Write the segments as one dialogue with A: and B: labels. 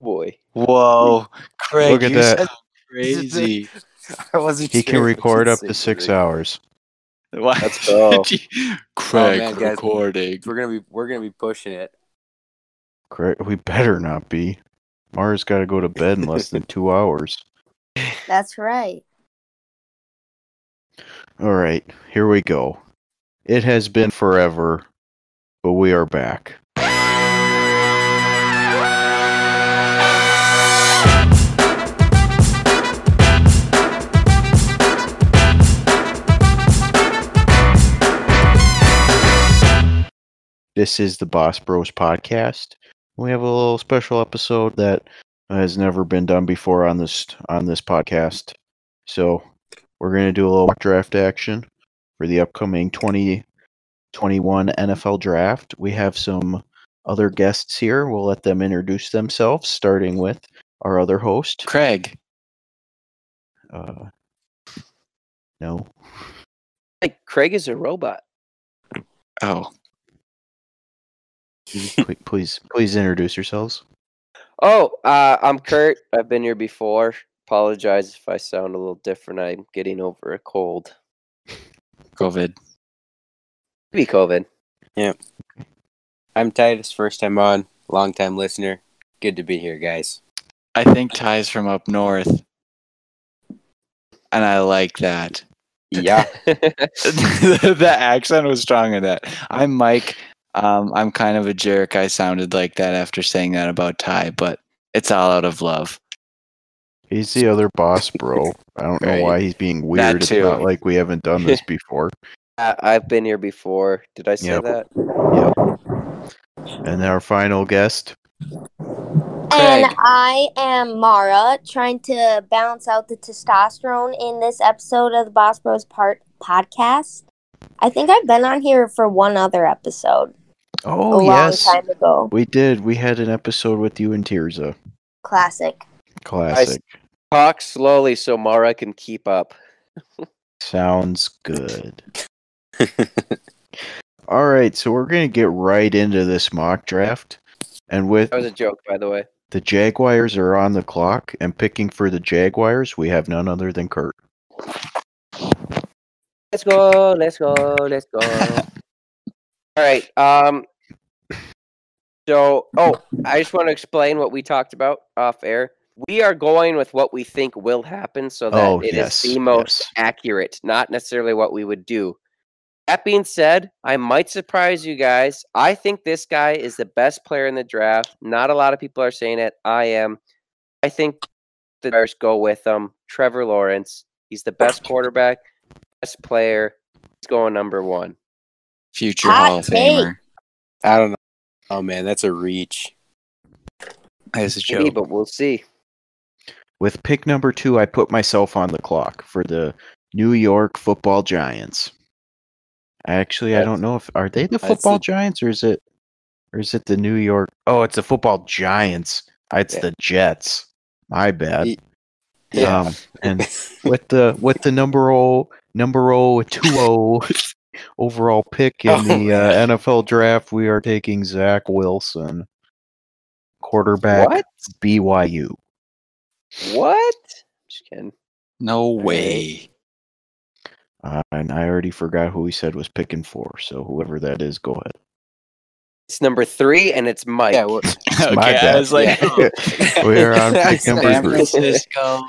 A: boy.
B: Whoa, Craig,
C: Look at
B: you
C: that.
B: sound crazy. I wasn't.
C: He
B: sure
C: can
B: if it's
C: record up to
B: six
C: six
B: or eight.
C: hours.
B: Why?
A: Let's go.
B: did you- Craig
A: man, guys.
B: recording.
A: We're gonna be we're gonna be pushing it.
C: Correct. We better not be. Mara's got to go to bed in less than two hours.
D: That's right.
C: All right, here we go. It has been forever, but we are back. This is the Boss Bros podcast. We have a little special episode that has never been done before on this on this podcast. So we're going to do a little draft action for the upcoming 2021 NFL draft. We have some other guests here. We'll let them introduce themselves, starting with our other host.
B: Craig.
C: Uh, no.
E: Like Craig is a robot.
B: Oh,
C: Please, please, please introduce yourselves.
E: Oh, uh, I'm Kurt. I've been here before. Apologize if I sound a little different. I'm getting over a cold.
B: COVID.
E: Maybe COVID.
A: I'm Titus, first time on, long time listener. Good to be here, guys.
B: I think Ty's from up north, and I like that.
A: Yeah.
E: Uh,
B: the accent was strong in that. I'm Mike. Um, I'm kind of a jerk. I sounded like that after saying that about Ty, but it's all out of love.
C: He's the other boss, bro. I don't know why
A: Right.
C: he's being weird. It's
B: too.
C: not like we haven't done this before.
E: I- I've been here before. Did I say
C: Yep.
E: that?
C: And our final guest,
D: And
B: Craig.
D: I am Mara, trying to balance out the testosterone in this episode of the Boss Bros Part podcast. I think I've been on here for one other episode
C: oh
D: a
C: yes,
D: long time ago.
C: we did. We had an episode with you and Tirza.
D: Classic.
C: Classic.
E: Talk slowly so Mara can keep up.
C: Sounds good. All right, so we're going to get right into this mock draft. And with
E: That was a joke, by the way.
C: the Jaguars are on the clock and picking for the Jaguars, we have none other than Kurt.
E: Let's go. Let's go. Let's go. All right. Um. So, oh, I just want to explain what we talked about off air. We are going with what we think will happen, so that
C: Oh,
E: it is
C: yes,
E: the most
C: yes.
E: accurate, not necessarily what we would do. That being said, I might surprise you guys. I think this guy is the best player in the draft. Not a lot of people are saying it. I am. I think the Bears go with him. Trevor Lawrence. He's the best quarterback, best player. He's going number one.
B: Future
D: Hot
B: Hall of
D: take.
B: Famer.
A: I don't know. Oh man, that's a reach.
B: As a
E: Maybe,
B: joke.
E: but we'll see.
C: With pick number two, I put myself on the clock for the New York football giants. Actually, I don't know if are they the
A: That's the-
C: football giants or is it or is it the New York Oh, it's the football giants. Ah, It's
E: Yeah.
C: the Jets. My bad.
A: Y- yeah.
C: Um, and with the with the number o number o two o overall pick in
A: Oh,
C: the uh, NFL draft, we are taking Zach Wilson, quarterback
E: What?
C: BYU.
E: What? Just kidding.
B: No way.
C: Uh, and I already forgot who he said was picking four. So whoever that is, go ahead.
E: It's number three, and it's Mike.
A: yeah, well,
B: okay,
C: My bad.
B: I was like, oh.
C: we are on
A: I
C: pick number
B: San
C: three.
E: Bruce.
B: Francisco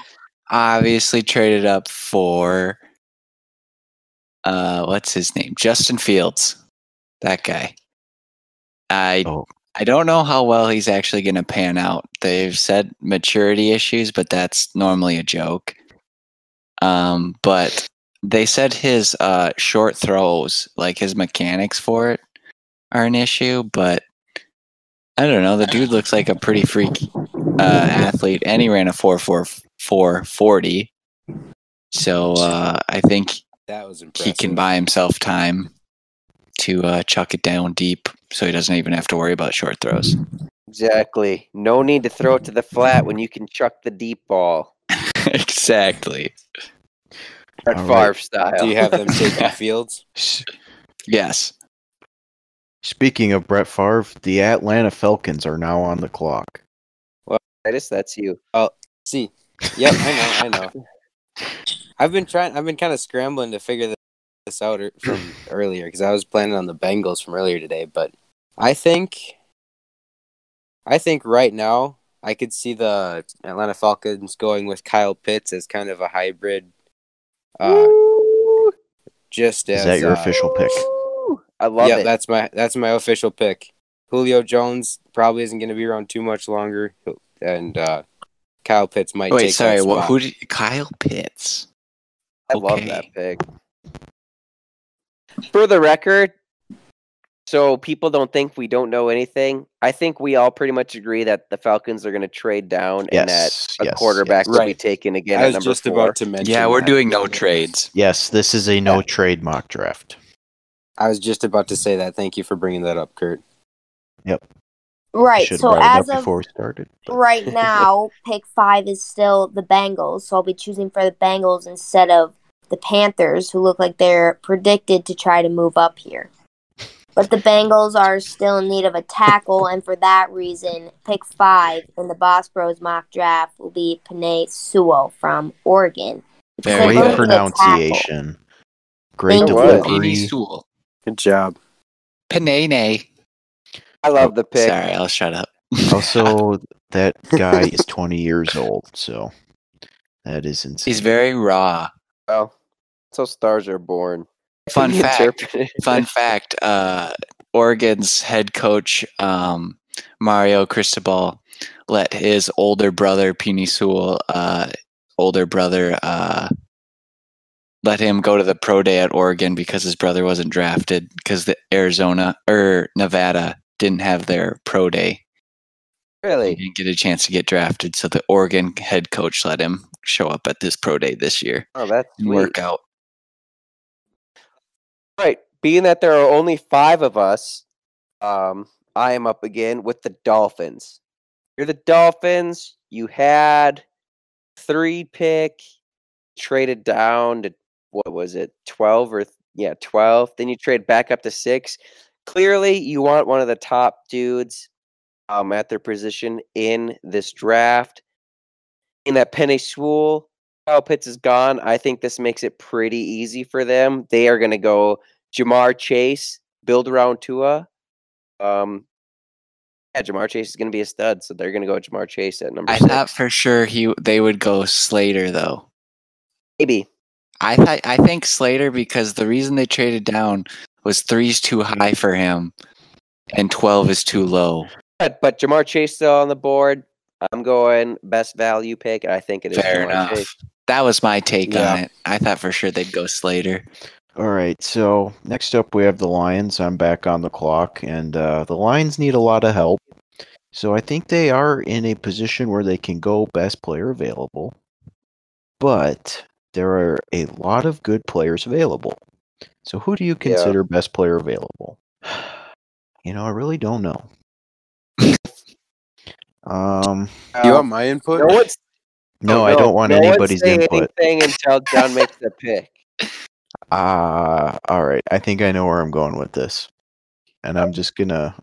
B: obviously traded up for uh what's his name? Justin Fields. That guy. I
C: Oh.
B: I don't know how well he's actually going to pan out. They've said maturity issues, but that's normally a joke. Um but they said his uh short throws, like his mechanics for it are an issue, but I don't know. The dude looks like a pretty freak uh, athlete, and he ran a four four four forty. So uh, I think
A: that was impressive.
B: he can buy himself time to uh, chuck it down deep, so he doesn't even have to worry about short throws.
E: Exactly. No need to throw it to the flat when you can chuck the deep ball.
B: exactly.
E: Brett
C: All right.
E: Favre style.
A: Do you have them taking fields?
C: S-
B: Yes.
C: Speaking of Brett Favre, the Atlanta Falcons are now on the clock.
E: Titus, that's you.
A: See, yep, I know, I know. I've been trying. I've been kind of scrambling to figure this- this out er- from earlier because I was planning on the Bengals from earlier today, but I think, I think right now I could see the Atlanta Falcons going with Kyle Pitts as kind of a hybrid. Uh,
E: Woo!
A: just as
C: Is that your
A: uh,
C: official pick?
E: Woo! I love
A: yeah,
E: it.
A: that's my that's my official pick. Julio Jones probably isn't going to be around too much longer, and uh, Kyle Pitts might.
B: Wait,
A: take
B: sorry.
A: that
B: What?
A: spot.
B: Who? Did, Kyle Pitts.
E: I love
B: Okay.
E: that pick. For the record, so people don't think we don't know anything. I think we all pretty much agree that the Falcons are going to trade down and that
C: Yes.
E: a
C: yes,
E: quarterback
C: Yes.
E: will be
B: Right.
E: taken again
A: I
E: at
A: was
E: number
A: just
E: four.
A: about to mention.
B: Yeah, we're
A: that.
B: doing no trades.
C: Yes, this is a no trade mock draft.
A: I was just about to say that. Thank you for bringing that up, Kurt.
C: I
D: Right.
C: should have
D: So
C: brought it
D: as
C: up
D: of
C: before we started. but-
D: right now, pick five is still the Bengals. So I'll be choosing for the Bengals instead of the Panthers, who look like they're predicted to try to move up here. But the Bengals are still in need of a tackle, and for that reason, pick five in the Boss Bros mock draft will be Panay Sewell from Oregon.
B: Very
D: They both
C: Great
D: need a
B: good.
C: pronunciation. Great
D: Thank you.
E: Panini
C: delivery.
B: Sewell.
A: Good job.
B: Panene.
E: I love the pick.
B: Oh, Sorry, I'll shut up.
C: Also, that guy is 20 years old, so that is insane.
B: He's very raw.
E: Well, so stars are born.
B: Fun
E: He
B: fact.
E: interpreted-
B: Fun fact: uh, Oregon's head coach um, Mario Cristobal let his older brother Penny Sewell, uh, older brother, uh, let him go to the pro day at Oregon because his brother wasn't drafted because the Arizona or Nevada didn't have their pro day. He
E: Really?
B: didn't get a chance to get drafted, so the Oregon head coach let him show up at this pro day this year
E: Oh, that's
B: and
E: sweet.
B: work out.
E: Right. Being that there are only five of us, um, I am up again with the Dolphins. You're the Dolphins. You had three pick, traded down to what was it, twelve or yeah, twelve. Then you trade back up to six. Clearly, you want one of the top dudes um, at their position in this draft. In that Penny Sewell, Kyle Pitts is gone. I think this makes it pretty easy for them. They are going to go Jamar Chase, build around Tua. Um, yeah, Jamar Chase is going to be a stud, so they're going to go with Jamar Chase at number
B: I
E: six.
B: thought for sure he they would go Slater though.
E: Maybe.
B: I th- I think Slater because the reason they traded down was three's too high for him, and twelve is too low.
E: But, but Jamar Chase still on the board. I'm going best value pick, and I think it is
B: Fair
E: Jamar
B: enough.
E: Chase.
B: That was my take on
A: Yeah.
B: it. I thought for sure they'd go Slater.
C: All right, so next up we have the Lions. I'm back on the clock, and uh, the Lions need a lot of help. So I think they are in a position where they can go best player available, but there are a lot of good players available. So who do you
E: Yeah.
C: consider best player available? You know, I really don't know. um,
A: you
E: Uh,
A: want my input?
E: no one's,
C: no,
E: oh,
C: I don't want
E: no one's
C: anybody's
E: saying
C: input.
E: anything until John makes the pick.
C: Ah, all right. I think I know where I'm going with this. And I'm just gonna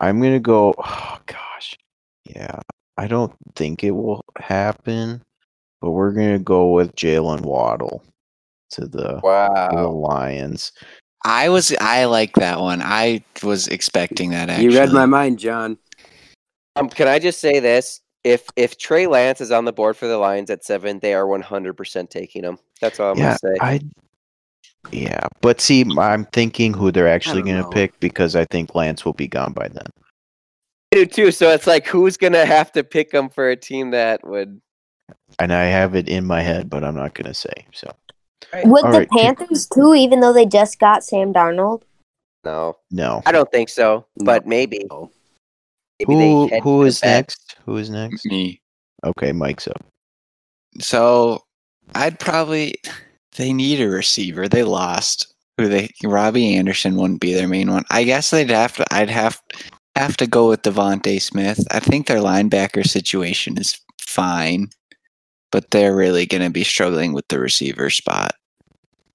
C: I'm gonna go oh gosh. Yeah. I don't think it will happen, but we're gonna go with Jalen Waddle to the, to the
E: Wow.
C: Lions.
B: I was I like that one. I was expecting that actually.
A: you read my mind, John.
E: Um, can I just say this? If if Trey Lance is on the board for the Lions at seven, they are 100% taking him. That's all I'm
C: yeah,
E: going to say.
C: I yeah, but see, m- I'm thinking who they're actually
A: don't
C: gonna
A: know.
C: pick because I think Lance will be gone by then.
E: I do too. So it's like, who's gonna have to pick him for a team that would?
C: And I have it in my head, but I'm not gonna say. So
D: Would
C: All
D: the
C: right, can-
D: Panthers too, even though they just got Sam Darnold?
E: No,
C: no.
E: I don't think so.
A: No.
E: But maybe. Ah,
A: No.
E: Maybe they
C: Who
E: head
C: who
E: to the
C: is
E: back. Mm-hmm.
C: next? Who is next?
B: me.
C: Okay, Mike's up.
B: So I'd probably they need a receiver. They lost. Who they Robbie Anderson wouldn't be their main one. I guess they'd have to I'd have have to go with Devonte Smith. I think their linebacker situation is fine, but they're really gonna be struggling with the receiver spot.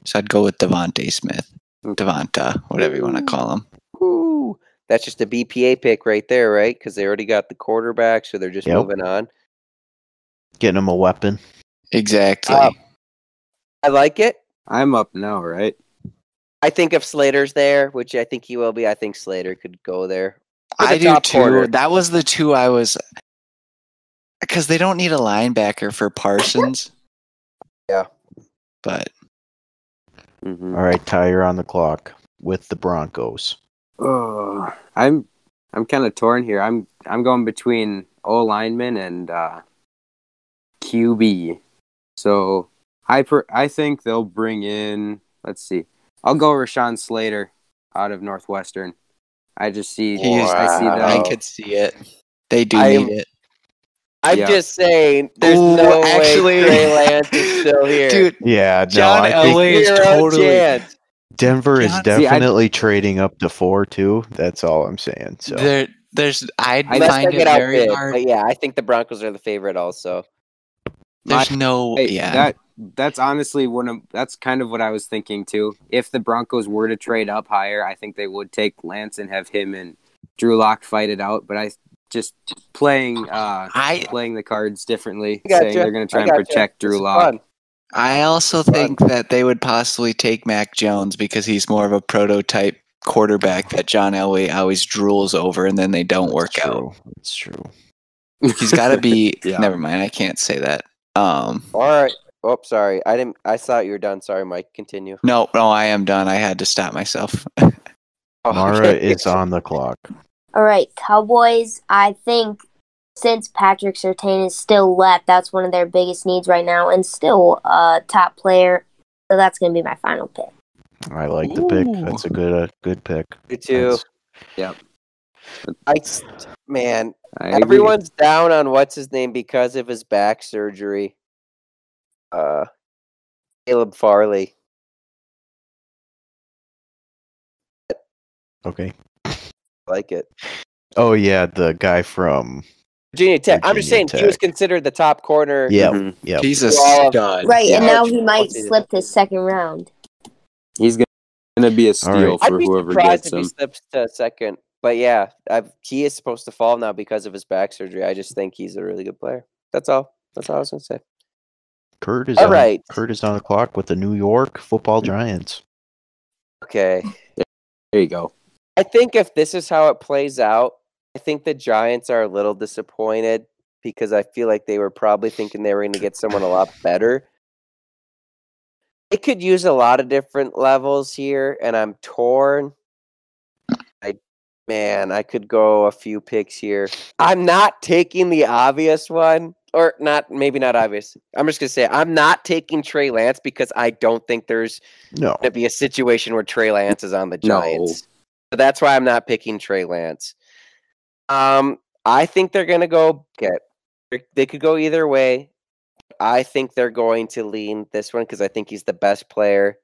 B: So I'd go with Devonte Smith. Devonta, whatever you want to call him.
E: Ooh, That's just a BPA pick right there, right? Because they already got the quarterback, so they're just
C: Yep.
E: moving on.
C: Getting him a weapon.
B: Exactly.
E: Uh, I like it.
A: I'm up now, right?
E: I think if Slater's there, which I think he will be, I think Slater could go there. For the
B: I do
E: top
B: too.
E: corner.
B: That was the two I was because they don't need a linebacker for Parsons.
E: Yeah.
B: but
A: Mm-hmm.
C: All right, Ty, you're on the clock with the Broncos.
A: Oh, I'm I'm kind of torn here. I'm I'm going between O lineman and uh, QB. So I per, I think they'll bring in. Let's see. I'll go Rashawn Slater out of Northwestern. I just see.
E: He is-
A: I see that.
B: I could see it. They do
E: I am-
B: need it.
E: I'm
A: Yeah.
E: just saying, there's
B: Ooh,
E: no
B: actually-
E: way Trey Lance is still here.
B: dude.
C: Yeah, no,
B: John
C: I think
B: Elway is
E: Zero
B: totally.
E: chance.
C: Denver is
B: John-
A: See, I-
C: definitely trading up to four too. That's all I'm saying. So
B: There, there's. I'd
A: I
E: Unless they
B: find it
E: get
B: very
E: outbid.
B: hard.
E: But yeah, I think the Broncos are the favorite also.
B: There's no.
A: Hey,
B: yeah.
A: that that's honestly one of that's kind of what I was thinking too. If the Broncos were to trade up higher, I think they would take Lance and have him and Drew Lock fight it out. But I just playing uh
B: I
A: playing the cards differently,
E: I gotcha.
A: saying they're going to try
E: I
A: and
E: gotcha.
A: protect
E: This
A: Drew
E: is
A: Lock.
E: fun.
B: I also think that they would possibly take Mac Jones because he's more of a prototype quarterback that John Elway always drools over, and then they don't work
C: it's
B: out.
C: true. It's true.
B: He's got to be.
A: Yeah.
B: Never mind. I can't say that. Um.
E: All right. Oh, sorry. I didn't. I thought you were done. Sorry, Mike. Continue.
B: No, no, I am done. I had to stop myself.
E: Oh,
C: Mara is on the clock.
D: All right, Cowboys. I think since Patrick Sertain is still left, that's one of their biggest needs right now, and still a uh, top player. So that's going to be my final pick.
C: I like the pick.
B: Ooh.
C: That's a good, uh, good pick.
E: You too.
C: That's-
E: I s- man,
A: I agree.
E: everyone's down on what's his name because of his back surgery. Uh, Caleb Farley.
C: okay.
E: I like it.
C: Oh yeah, the guy from
E: Virginia Tech. I'm just saying
C: Virginia
E: he was
C: Tech.
E: considered the top corner.
C: yeah,
A: Mhm.
C: yeah.
B: He's a
E: Well,
B: stud.
D: Right, and
E: Yeah.
D: now he might
E: Okay.
D: slip his second round.
A: He's going to be a steal
C: right.
E: I'd
A: for
E: be
A: whoever
E: surprised
A: gets
E: if he
A: him.
E: slips to second. But yeah, I've, he is supposed to fall now because of his back surgery. I just think he's a really good player. That's all. That's all I was gonna say.
C: Kurt is
E: All
C: on,
E: right.
C: Kurt is on the clock with the New York Football Giants.
E: Okay.
A: There you go.
E: I think if this is how it plays out, I think the Giants are a little disappointed because I feel like they were probably thinking they were going to get someone a lot better. They could use a lot of different levels here, and I'm torn. I, man, I could go a few picks here. I'm not taking the obvious one, or not, maybe not obvious. I'm just going to say I'm not taking Trey Lance because I don't think there's
C: No,
E: to be a situation where Trey Lance is on the
A: No.
E: Giants. So that's why I'm not picking Trey Lance. Um, I think they're gonna go get. They could go either way. I think they're going to lean this one because I think he's the best player.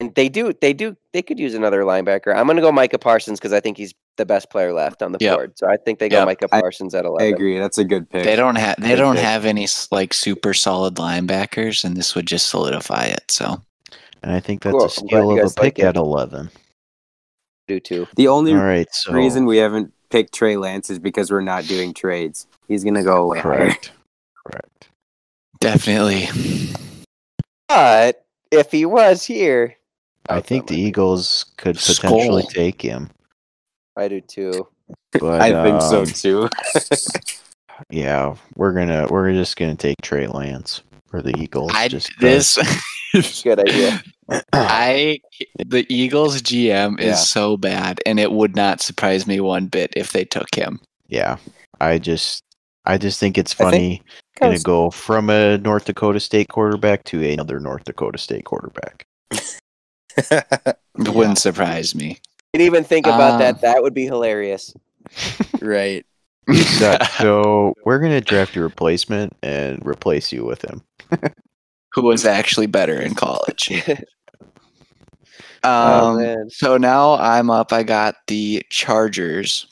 E: And they do, they do, they could use another linebacker. I'm gonna go Micah Parsons because I think he's the best player left on the
B: Yep.
E: board. So I think they go
B: Yep.
E: Micah
A: I-
E: Parsons at
A: I
E: 11.
A: agree. That's a good pick.
B: They don't have. They
A: Good
B: don't
A: pick.
B: have any s- like super solid linebackers, and this would just solidify it. So
C: and I think that's
E: Cool.
C: a
E: I'm glad
C: steal
E: you
C: of a
E: guys like
C: pick
E: it.
C: at eleven.
E: Do too.
A: The only
C: All right, so
A: reason we haven't picked Trey Lance is because we're not doing trades. He's going to go way higher.
C: correct, correct.
B: definitely,
E: But if he was here,
C: I
E: that's
C: think
E: not
C: the
E: my-
C: Eagles could potentially
B: Skull.
C: take him.
E: I do too.
C: But
A: I think so
C: um,
A: too.
C: Yeah, we're gonna we're just gonna take Trey Lance for the Eagles.
B: I
C: just 'cause-
B: this.
E: Good idea.
B: I the Eagles GM is
A: Yeah.
B: so bad, and it would not surprise me one bit if they took him.
C: yeah, I just I just think it's
A: I think-
C: funny gonna go from a North Dakota State quarterback to another North Dakota State quarterback.
B: It wouldn't surprise me.
E: can even think about
B: Um,
E: that. That would be hilarious.
A: right.
C: So, so we're gonna draft your replacement and replace you with him.
B: Who was actually better in college?
E: Oh,
B: Um,
E: man.
B: so now I'm up. I got the Chargers,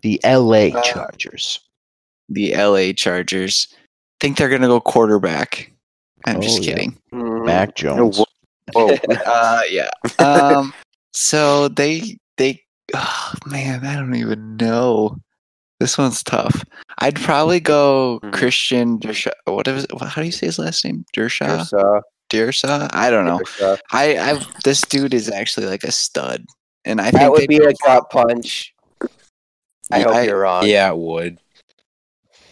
C: The LA
E: Uh,
C: Chargers.
B: the LA Chargers. Think they're gonna go quarterback. I'm
C: Oh,
B: just
C: yeah.
B: kidding.
A: mm,
C: Mac Jones.
E: Oh,
A: Whoa.
B: Uh, yeah. Um, so they they oh man, I don't even know. This one's tough. I'd probably go
E: Mhm.
B: Christian Dershaw. What is? How do you say his last name? Dershaw.
E: Ursa,
B: Dershaw. I don't know.
E: Ursa.
B: I, I this dude is actually like a stud, and I
E: That
B: think
E: would
B: they-
E: be a gut punch. I hope
B: I-
E: you're wrong.
A: Yeah, it would.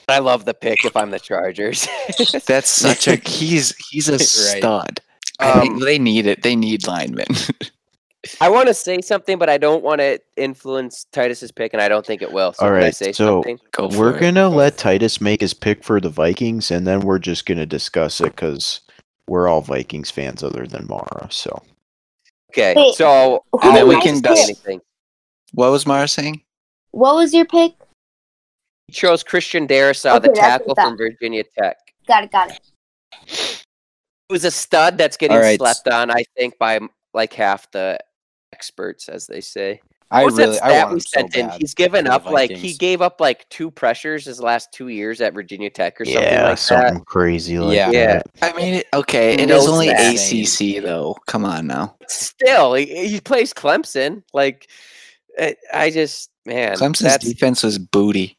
E: I love the pick if I'm the Chargers.
B: that's such a he's he's a
A: Right.
B: stud. I think
E: Um,
B: they need it. They need linemen.
E: I want to say something, but I don't want to influence Titus's pick, and I don't think it will. So
C: All
E: can I
C: right,
E: say
C: so-
E: something?
B: go for
C: We're
B: it.
C: gonna let Titus make his pick for the Vikings, and then we're just gonna discuss it because we're all Vikings fans, other than Mara. So
E: Okay,
D: Wait,
E: so
D: who
E: I
B: then we
E: won't
B: can
E: say
B: dust-
E: anything.
B: What was Mara saying?
D: What was your pick?
E: He chose Christian Darisaw, the
D: Okay, that's what I
E: tackle
D: thought.
E: from Virginia Tech.
D: Got it, got it.
E: Who's a stud that's getting
A: All right.
E: slept on, I think, by like half the experts, as they say.
A: I
E: What was
A: really,
E: that
A: I
E: stat
A: want
E: we
A: him so
E: sent in?
A: bad.
E: He's given
A: for the
E: up like he
A: Vikings.
E: gave up like two pressures his last two years at Virginia Tech or something
C: yeah,
E: like
C: something crazy like
A: Yeah.
E: Yeah.
C: that.
B: I mean, it- okay, it
E: No
B: is only
E: stats.
B: ACC though. Come on now,
E: that. Still, he, he plays Clemson. Like, I, I just man,
B: Clemson's
E: that's,
B: defense was booty.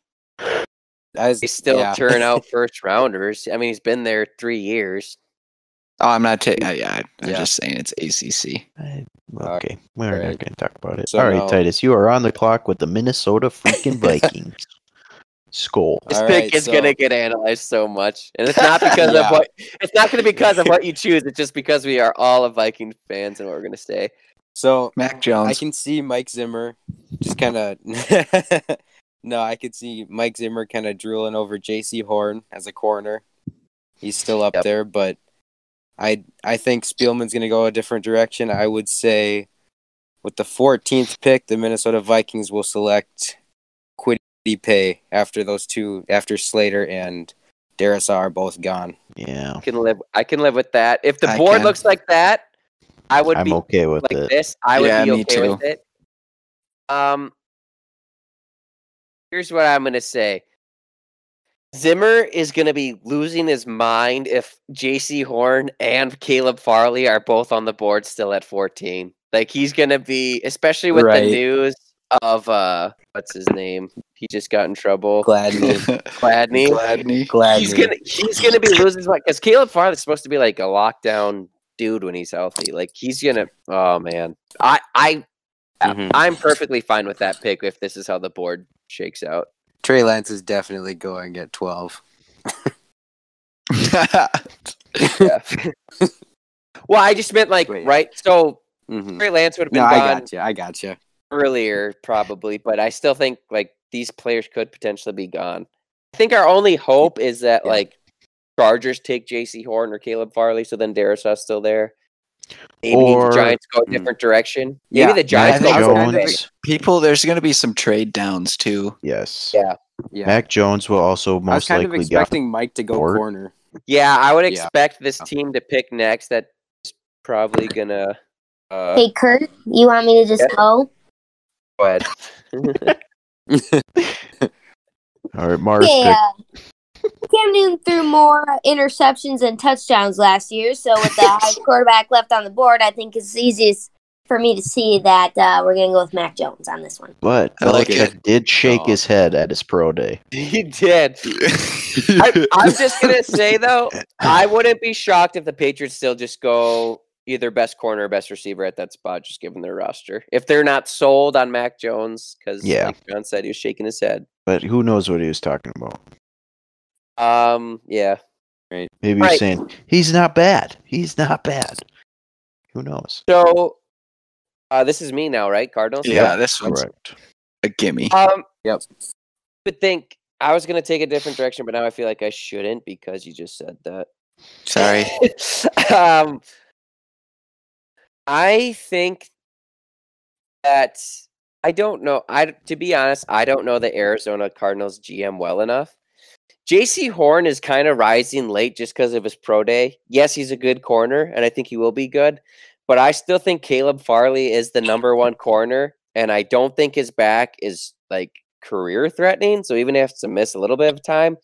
A: As-
E: they still
A: yeah.
E: turn out first rounders. I mean, he's been there three years.
B: Oh, I'm not. Ta- I, I, I'm
A: Yeah.
B: just saying it's ACC.
C: I-
A: All
C: Okay, we're
A: right.
C: not gonna talk about it.
A: So
C: all right,
A: now-
C: Titus, you are on the clock with the Minnesota freaking Vikings. Skull.
E: This
A: All
E: pick
A: right,
E: is
A: so-
E: gonna get analyzed so much, and it's not because
A: Yeah.
E: of what it's not gonna be because of what you choose. It's just because we are all a Viking fans and what we're gonna say.
A: So
B: Mac
A: I
B: Jones.
A: can see Mike Zimmer just kind of. no, I could see Mike Zimmer kind of drooling over J.C. Horn as a corner. He's still up
E: Yep.
A: there, but I I think Spielman's going to go a different direction. I would say with the 14th pick, the Minnesota Vikings will select Quiddy Pay after those two, after Slater and Darisaw are both gone.
C: Yeah,
E: I can live. I can live with that. If the
B: I
E: board
B: can.
E: looks like that, I would
C: I'm
E: be
C: okay with
E: like
C: it.
E: this. I would
B: Yeah,
E: be
B: me
E: okay with it. Um, here's what I'm gonna say. Zimmer is gonna be losing his mind if J.C. Horn and Caleb Farley are both on the board still at 14. Like he's gonna be, especially with
A: Right.
E: the news of uh, what's his name? He just got in trouble.
A: Gladney.
E: Gladney.
B: Gladney.
A: Gladney.
E: He's gonna he's gonna be losing his mind because Caleb Farley's supposed to be like a lockdown dude when he's healthy. Like he's gonna. Oh man, I I
A: Mhm.
E: I'm perfectly fine with that pick if this is how the board shakes out.
A: Trey Lance is definitely going at 12.
E: Yeah. well, I just meant like
A: Wait.
E: right. So
A: hmm
E: Trey Lance would have been
A: No, I
E: gone
A: got you. I got you.
E: earlier probably, but I still think like these players could potentially be gone. I think our only hope is that
A: Yeah.
E: like Chargers take J.C. Horn or Caleb Farley, so then Darisaw's still there. Maybe
C: Or-
E: the Giants go a
A: Mm.
E: different direction.
A: Yeah,
E: Maybe the Giants go
B: I
C: Mac
E: a
B: think-
E: different direction.
C: Jones.
B: People, there's going to be some trade downs too.
C: Yes.
E: Yeah.
A: Yeah.
C: Mac Jones will also
A: I was
C: most
A: kind of
C: likely get
A: expecting Mike to go
C: bored.
A: corner.
E: Yeah, I would
A: Yeah.
E: expect this team to pick next. That's probably gonna. Uh,
D: Hey, Kurt, you want me to just go?
E: go ahead.
C: All right, Mars pick.
D: Yeah. Cam Newton threw more interceptions and touchdowns last year, so with the high quarterback left on the board, I think it's easiest for me to see that uh, we're going to go with Mac Jones on this one.
C: But
B: I like
C: Belichick did shake his head at his pro day.
E: he did. I, I'm just gonna say though, I wouldn't be shocked if the Patriots still just go either best corner or best receiver at that spot, just given their roster. If they're not sold on Mac Jones, because
C: Yeah.
E: like John said, he was shaking his head.
C: But who knows what he was talking about?
E: Um, yeah,
C: Maybe he's
E: Right.
C: saying he's not bad. He's not bad. Who knows?
E: so uh, this is me now, right? Cardinals.
B: yeah, this one's
C: Correct.
B: a gimme.
E: Um,
A: Yep.
E: would think I was gonna take a different direction, but now I feel like I shouldn't because you just said that.
B: Sorry.
E: um, I think that I don't know. I to be honest, I don't know the Arizona Cardinals GM well enough. JC Horn is kind of rising late just because of his pro day. Yes, he's a good corner, and I think he will be good, but I still think Caleb Farley is the number one corner, and I don't think his back is like career threatening. So even if it's a miss a little bit of time,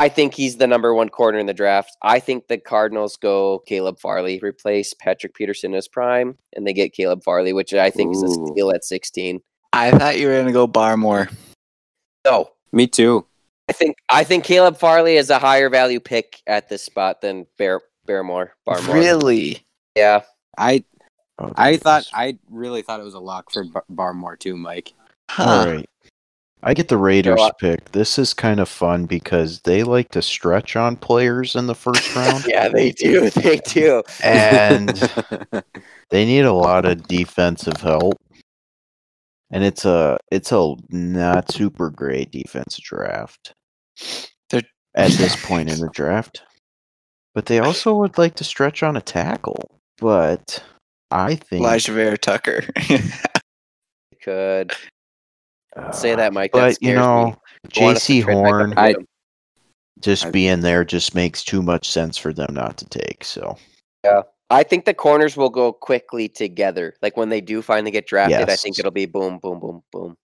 E: I think he's the number one corner in the draft. I think the Cardinals go Caleb Farley, replace Patrick Peterson as prime, and they get Caleb Farley, which I think is a
A: Ooh.
E: steal at 16.
B: I thought you were gonna go Barmore.
E: No,
A: Me too.
E: I think I think Caleb Farley is a higher value pick at this spot than Bear Bearmore. Barmore.
B: Really?
E: Yeah.
A: I
C: Oh,
A: I
C: goodness.
A: thought I really thought it was a lock for Bar- Barmore too, Mike.
B: Huh.
C: All right. I get the Raiders
E: I-
C: pick. This is kind of fun because they like to stretch on players in the first round,
E: Yeah, they do. They do.
C: and they need a lot of defensive help. And it's a it's a not super great defense draft
B: They're-
C: at this point in the draft. But they also would like to stretch on a tackle. But I think
B: Elijah Vera Tucker.
E: Could
C: uh,
E: say that, Mike. that
C: But you
E: scares me.
C: know,
E: Going up
C: J.C.
E: to trade back up
C: Horn.
E: to get him.
C: just
A: I-
C: being there just makes too much sense for them not to take. So
E: I think the corners will go quickly together. Like when they do finally get drafted, I think
C: Yes.
E: it'll be boom, boom, boom, boom.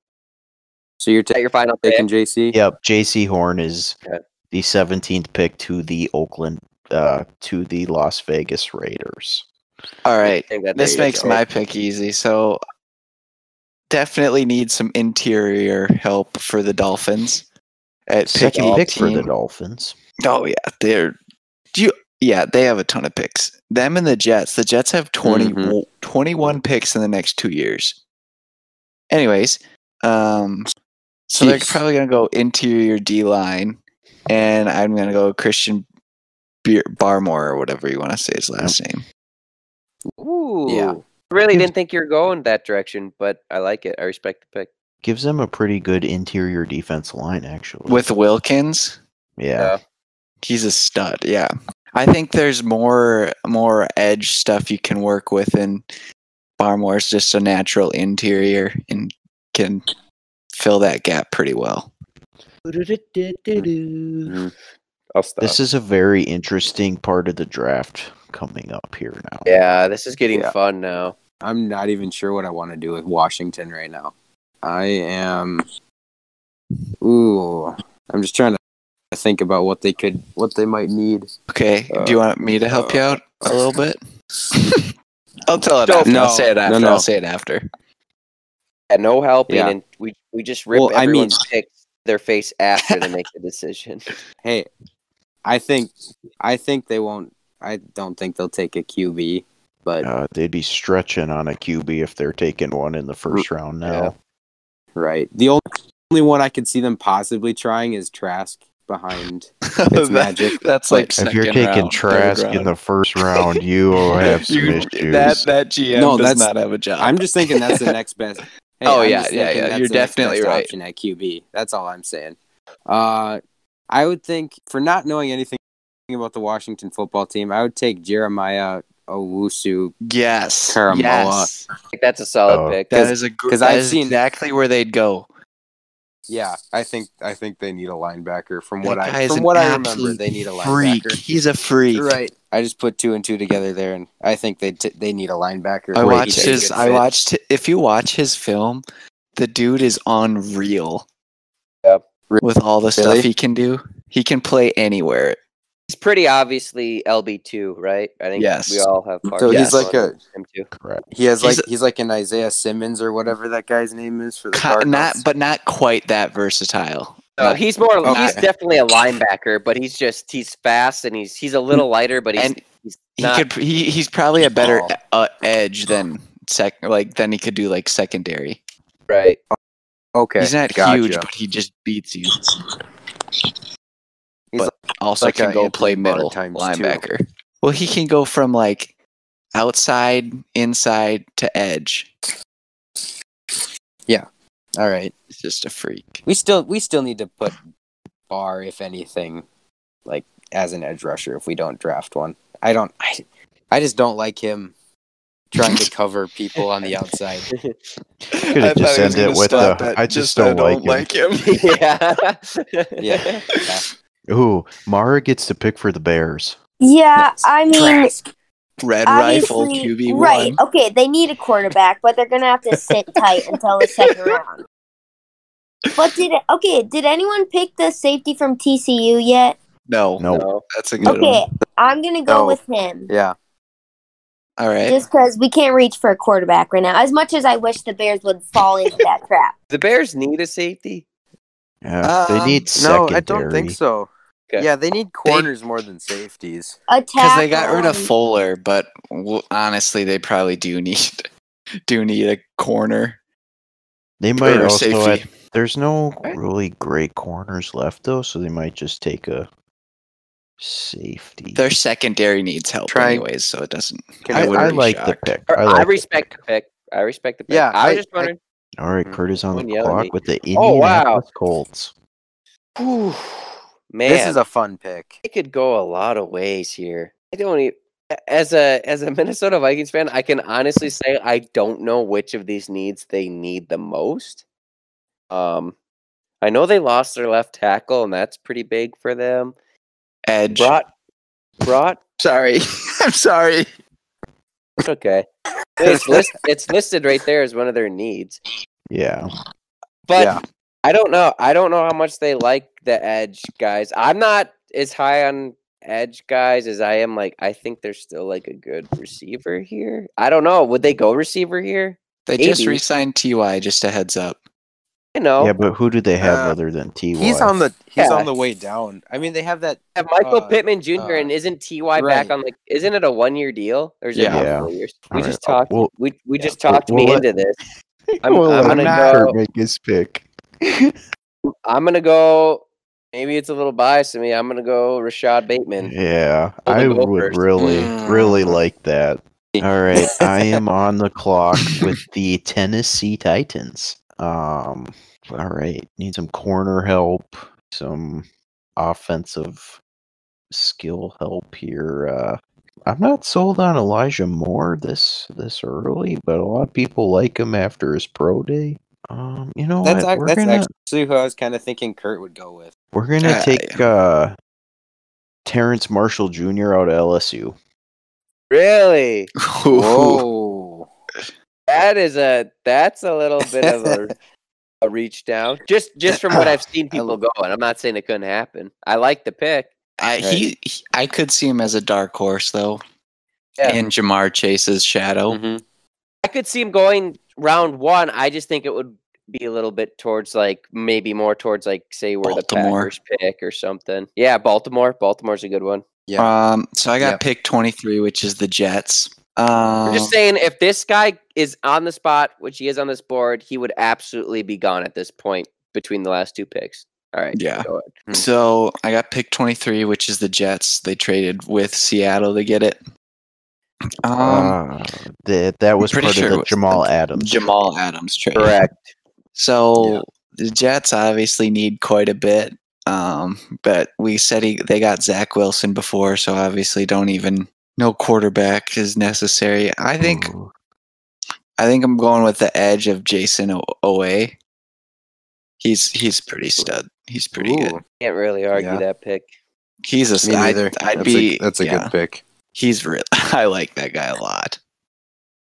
A: so you're
E: Is that
A: ta-
E: your final pick?
A: taking JC?
C: yep, J.C. Horn is
E: Okay.
C: the 17th pick to the Oakland uh, to the Las Vegas Raiders.
B: All right.
E: I think that
B: This
E: there you
B: makes
E: go.
B: my pick easy. So definitely need some interior help for the Dolphins at pick
C: Second pick for the
B: 18.
C: Dolphins.
B: Oh yeah, they're do you, yeah, they have a ton of picks. Them and the Jets. The Jets have 20,
A: Mhm.
B: 21 picks in the next 2 years. Anyways, um so they're
A: Jeez.
B: probably going to go interior D line and I'm going to go Christian Beer, Barmore or whatever you want to say his last name.
E: Ooh. Really didn't think you were going that direction, but I like it. I respect the pick.
C: Gives them a pretty good interior defense line, actually.
B: With Wilkins,
C: yeah,
B: He's a stud, yeah. I think there's more more edge stuff you can work with, and Barmore's just a natural interior and can fill that gap pretty well.
E: I'll stop.
C: this is a very interesting part of the draft coming up here now.
E: yeah, this is getting
A: Yeah.
E: fun now.
A: I'm not even sure what I want to do with Washington right now. I am. Ooh, I'm just trying to think about what they could, what they might need.
B: Okay, do you want me to help you out a little bit? I'll tell it
E: No,
B: after. I'll say it
A: no,
B: after.
A: no.
B: I'll say it after.
E: Yeah, no helping,
A: Yeah.
E: and we we just rip
A: Well, I mean-
E: everyone's picks their face after they make the decision.
A: Hey, I think, I think they won't. I don't think they'll take a QB, but
C: Uh, they'd be stretching on a QB if they're taking one in the first round now.
E: Yeah.
A: right. The only, only one I could see them possibly trying is Trask behind.
B: That-
A: magic.
B: That's
A: Like,
B: like
C: If you're
B: second
C: taking
B: round, third
C: Trask in
B: round.
C: the first round, you will have some
B: You-
C: issues.
B: That that GM
A: No,
B: does
A: that's-
B: not have a job.
A: I'm just thinking that's the next best. Hey,
B: Oh,
A: I'm
B: yeah,
A: just
B: yeah,
A: thinking
B: yeah.
A: that's
B: You're
A: the next
B: definitely
A: best
B: right.
A: Option at QB. That's all I'm saying. Uh, I would think for not knowing anything about the Washington football team, I would take Jeremiah Owusu.
B: yes,
A: Karamoa.
B: yes.
E: I think that's a solid
C: Oh.
E: pick.
B: That
A: 'Cause-
B: is a
A: because
B: because that
A: I've
B: is
A: seen-
B: exactly where they'd go.
A: Yeah, I think I think they need a linebacker. From
B: That
A: what
B: guy
A: I
B: is
A: from
B: an
A: what I remember,
B: absolute
A: they need a linebacker.
B: Freak. He's a freak.
A: You're right. I just put two and two together there, and I think they t- they need a linebacker.
B: I
A: He's
B: watched
A: a
B: his.
A: good
B: I
A: fit.
B: watched. If you watch his film, the dude is unreal.
E: Yep.
B: With all the
A: Really?
B: stuff he can do, he can play anywhere.
E: He's pretty obviously LB two, right? I think
B: Yes.
E: we all have.
A: So
B: he's
A: like a-
E: him too.
C: Correct.
A: He has
B: He's
A: like he's like an Isaiah Simmons or whatever that guy's name is for the
B: Ki-
A: Cardinals.
B: Not, but not quite that versatile.
E: No,
B: Not-
E: he's more. He's
B: Okay.
E: definitely a linebacker, but he's just he's fast and he's he's a
A: Mm,
E: little lighter, but he's
B: and
E: he's
B: he
E: not.
B: could. He, he's probably a better
A: Oh.
B: uh, edge than sec. Like than he could do like secondary.
E: right.
A: okay,
B: he's not
A: gotcha.
B: huge, but he just beats you. but also
A: like
B: can
A: a
B: go
A: Anthony
B: play
A: Barr
B: middle
A: times
B: linebacker. Well, he can go from like outside, inside to edge.
A: All right.
B: It's just a freak.
A: We still we still need to put Barr, if anything, like as an edge rusher if we don't draft one. I don't I, I just don't like him trying to cover people on the outside.
C: Could have just ended it with the. I just don't, like,
E: yeah.
A: Yeah.
C: it. Ooh, Mara gets to pick for the Bears.
D: Yeah, I mean,
B: Red rifle
D: obviously,
B: QB one.
D: right? Okay, they need a quarterback, but they're gonna have to sit tight until the second round. But did okay? Did anyone pick the safety from TCU yet?
B: No,
C: No,
E: No.
B: that's a good
D: Okay,
B: one.
D: I'm gonna go
A: No.
D: with him.
A: Yeah.
B: All right.
D: Just because we can't reach for a quarterback right now. As much as I wish the Bears would fall into that trap.
E: The Bears need a safety.
C: Yeah, they
A: Um,
C: need
A: No,
C: secondary.
A: I don't think so.
E: Okay.
A: Yeah, they need corners more than safeties.
D: Attack.
B: because they got rid of
D: on-
B: Fuller, but w- honestly, they probably do need do need a corner
C: They might
B: or a
C: also.
B: safety.
C: Add, there's no
E: Right.
C: really great corners left though, so they might just take a safety.
B: Their secondary needs help
A: Try-
B: anyways, so it doesn't.
A: Can
C: I,
B: I
A: I,
B: wouldn't
C: I
B: be
C: like
B: shocked.
C: the pick.
E: Or,
C: I,
E: I,
C: like the
E: respect
C: pick.
E: the pick. I respect the pick.
A: Yeah,
E: I was
A: I-
E: just wondering.
C: All right,
A: Mm.
C: Curtis on
E: Wouldn't
C: the
E: yell at me.
C: clock with the
E: Oh, wow.
C: Indianapolis Colts.
E: Whew, man,
A: this is a fun pick.
E: it could go a lot of ways here. I don't even as a as a Minnesota Vikings fan, I can honestly say I don't know which of these needs they need the most. Um I know they lost their left tackle and that's pretty big for them.
B: Edge.
E: Brought brought
B: Sorry, I'm sorry.
E: it's okay. It's, list, it's listed right there as one of their needs.
C: Yeah,
E: But
A: Yeah.
E: I don't know. I don't know how much they like the edge guys. I'm not as high on edge guys as I am. Like I think they're still like a good receiver here. I don't know. Would they go receiver here?
B: They just
E: Maybe.
B: re-signed Ty. Just a heads up.
E: You know,
C: yeah, but who do they have
A: Uh,
C: other than Ty?
A: He's on the he's
E: Yeah.
A: on the way down. I mean, they have that.
E: have Michael
A: uh,
E: Pittman Jr.
A: uh,
E: and isn't Ty
A: right.
E: back on like? Isn't it a one year deal or is it
B: Yeah.
E: now
C: Yeah.
E: four years?
C: All
E: We
C: right,
E: just
C: uh,
E: talked.
C: well-
E: we we just
C: Well,
E: talked
C: we'll
E: me
C: let-
E: into this. I'm- I'm
C: let
E: gonna
C: Kurt
E: go-
C: make his pick.
E: I'm gonna go. Maybe it's a little biased to me. I'm gonna go Rashad Bateman.
C: Yeah,
E: Well,
C: I
E: then go
C: would
E: first.
C: really,
A: Mm.
C: really like that. All right, I am on the clock with the Tennessee Titans. Um, all right, need some corner help, some offensive skill help here. Uh, I'm not sold on Elijah Moore this this early, but a lot of people like him after his pro day. Um, you know
A: That's
C: what?
A: ac-
C: We're
A: that's
C: gonna-
A: actually who I was kind of thinking Kurt would go with.
C: we're gonna
B: Uh,
C: take uh, Terrence Marshall Jr. out of LSU.
E: Really?
A: Whoa.
E: That is a that's a little bit of a, a reach down. Just just from what I've seen people go, and I'm not saying it couldn't happen. I like the pick.
B: I, he, he- I could see him as a dark horse though,
E: Yeah. Mm-hmm.
B: in Jamar Chase's shadow.
A: Mhm.
E: I could see him going round one. I just think it would be a little bit towards like maybe more towards like say where
B: Baltimore.
E: the Packers pick or something. Yeah, Baltimore. Baltimore's a good one.
A: Yeah.
B: Um, so I got
A: Yep.
B: pick 23, which is the Jets. Um,
E: I'm just saying if this guy is on the spot, which he is on this board, he would absolutely be gone at this point between the last two picks. All right.
B: Yeah.
E: go ahead.
A: Hmm.
B: So I got pick 23, which is the Jets. They traded with Seattle to get it. Um,
C: Uh, that that was
B: pretty
C: part
B: sure
C: of
B: it
C: the
B: was
C: Jamal
B: the-
C: Adams.
B: Jamal Adams trade.
E: Correct.
B: So the Jets obviously need quite a bit. Um, but we said he, they got Zach Wilson before, so obviously don't even no quarterback is necessary. I think
A: Mm.
C: Ooh.
B: I think I'm going with the edge of Jason o- Oa. He's he's pretty stud. He's pretty good.
A: Ooh,
E: Can't really argue
A: Yeah.
E: that pick.
B: He's a
A: Me
B: stud.
A: neither.
B: I'd, I'd
A: that's
B: be
A: a, that's a
B: yeah.
A: good pick.
B: He's real. I like that guy a lot.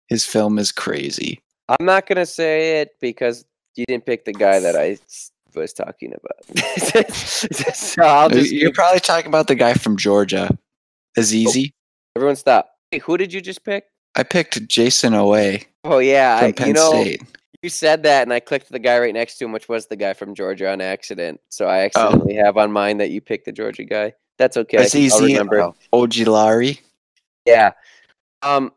B: His film is crazy.
E: I'm not gonna say it because you didn't pick the guy that I s- was talking about. so I'll
B: You-
E: just
B: You're probably talking about the guy from Georgia,
A: Oh.
B: Azizi.
E: everyone stop. Hey, who did you just pick?
B: I picked Jason Oa
E: Oh yeah,
B: from
E: I,
B: Penn
E: you know
B: State.
E: you said that, and I clicked the guy right next to him, which was the guy from Georgia on accident. So I accidentally have on mine that you picked the Georgia guy. That's okay. I'll
B: Azizi
E: remember.
A: Oh.
B: Ojulari.
E: Yeah. Um,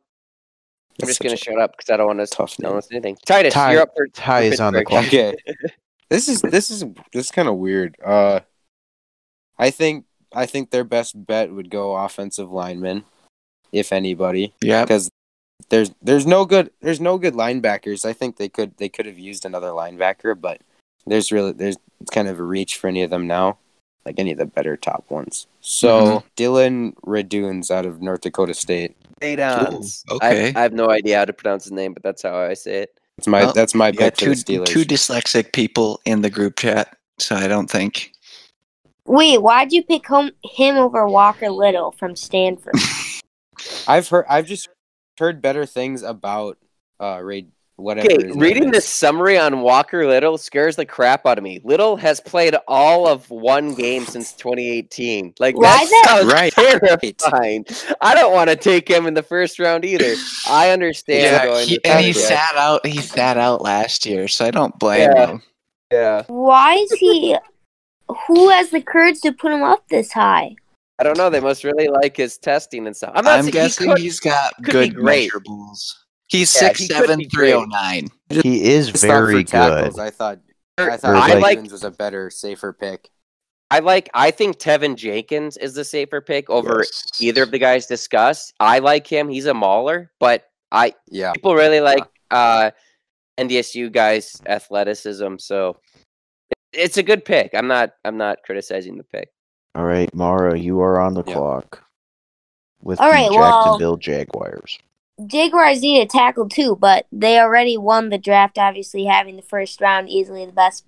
E: I'm just
A: That's such
E: gonna
A: a
E: shut up because I don't want to
A: tough name.
E: tell us anything. Titus,
C: Ty-
E: you're up for
C: Ty is on the
E: Pittsburgh.
C: clock.
A: Okay. this is this is this is kind of weird. Uh, I think I think their best bet would go offensive lineman, if anybody.
B: Yep.
A: because there's there's no good there's no good linebackers. I think they could they could have used another linebacker, but there's really there's it's kind of a reach for any of them now, like any of the better top ones.
B: Mm-hmm.
A: So Dylan Raduns out of North Dakota State.
E: Dons.
B: Ooh,
E: uh, I-
B: okay.
E: I, have no idea how to pronounce his name, but that's how I say it.
A: That's my
B: Well,
A: that's my
B: You got
A: pick for
B: Oh, two
A: the Steelers.
B: two dyslexic people in the group chat, so I don't think
D: Wait, why'd you pick home, him over Walker Little from Stanford?
A: I've heard I've just heard better things about uh Ray whatever.
E: Okay,
A: his name
E: reading
A: is.
E: this summary on Walker Little scares the crap out of me. Little has played all of one game since 2018. Like
D: Why
E: that
D: is it-
E: sounds
B: Right.
E: terrifying. I don't want to take him in the first round either. I understand.
B: Yeah,
E: going
B: he,
E: to
B: and he
E: Patrick.
B: sat out. He sat out last year, so I don't blame
E: Yeah.
B: him.
E: Yeah,
D: Why is he? Who has the courage to put him up this high?
E: I don't know. They must really like his testing and stuff. I'm not
B: I'm
E: saying
B: guessing
E: he could,
B: has got
E: could
B: good
E: be great.
B: measurables. He's
E: Yeah,
B: six
E: he
B: seven,
E: could be
B: three oh nine.
C: He is
A: Just thought for
C: very good.
A: tackles, I thought I
E: I,
A: thought
C: like-
A: Mike
E: like
A: Evans was a better, safer pick.
E: I like I think Tevin Jenkins is the safer pick over
C: Yes.
E: either of the guys discussed. I like him. He's a mauler, but I
A: Yeah.
E: people really like uh NDSU guys' athleticism, so it's a good pick. I'm not I'm not criticizing the pick.
C: All right, Mara, you are on the
A: Yeah.
C: clock with
D: All
C: the
D: right, well-
C: Jacksonville Jaguars.
D: Jaguars need a tackle too, but they already won the draft, obviously having the first round easily the best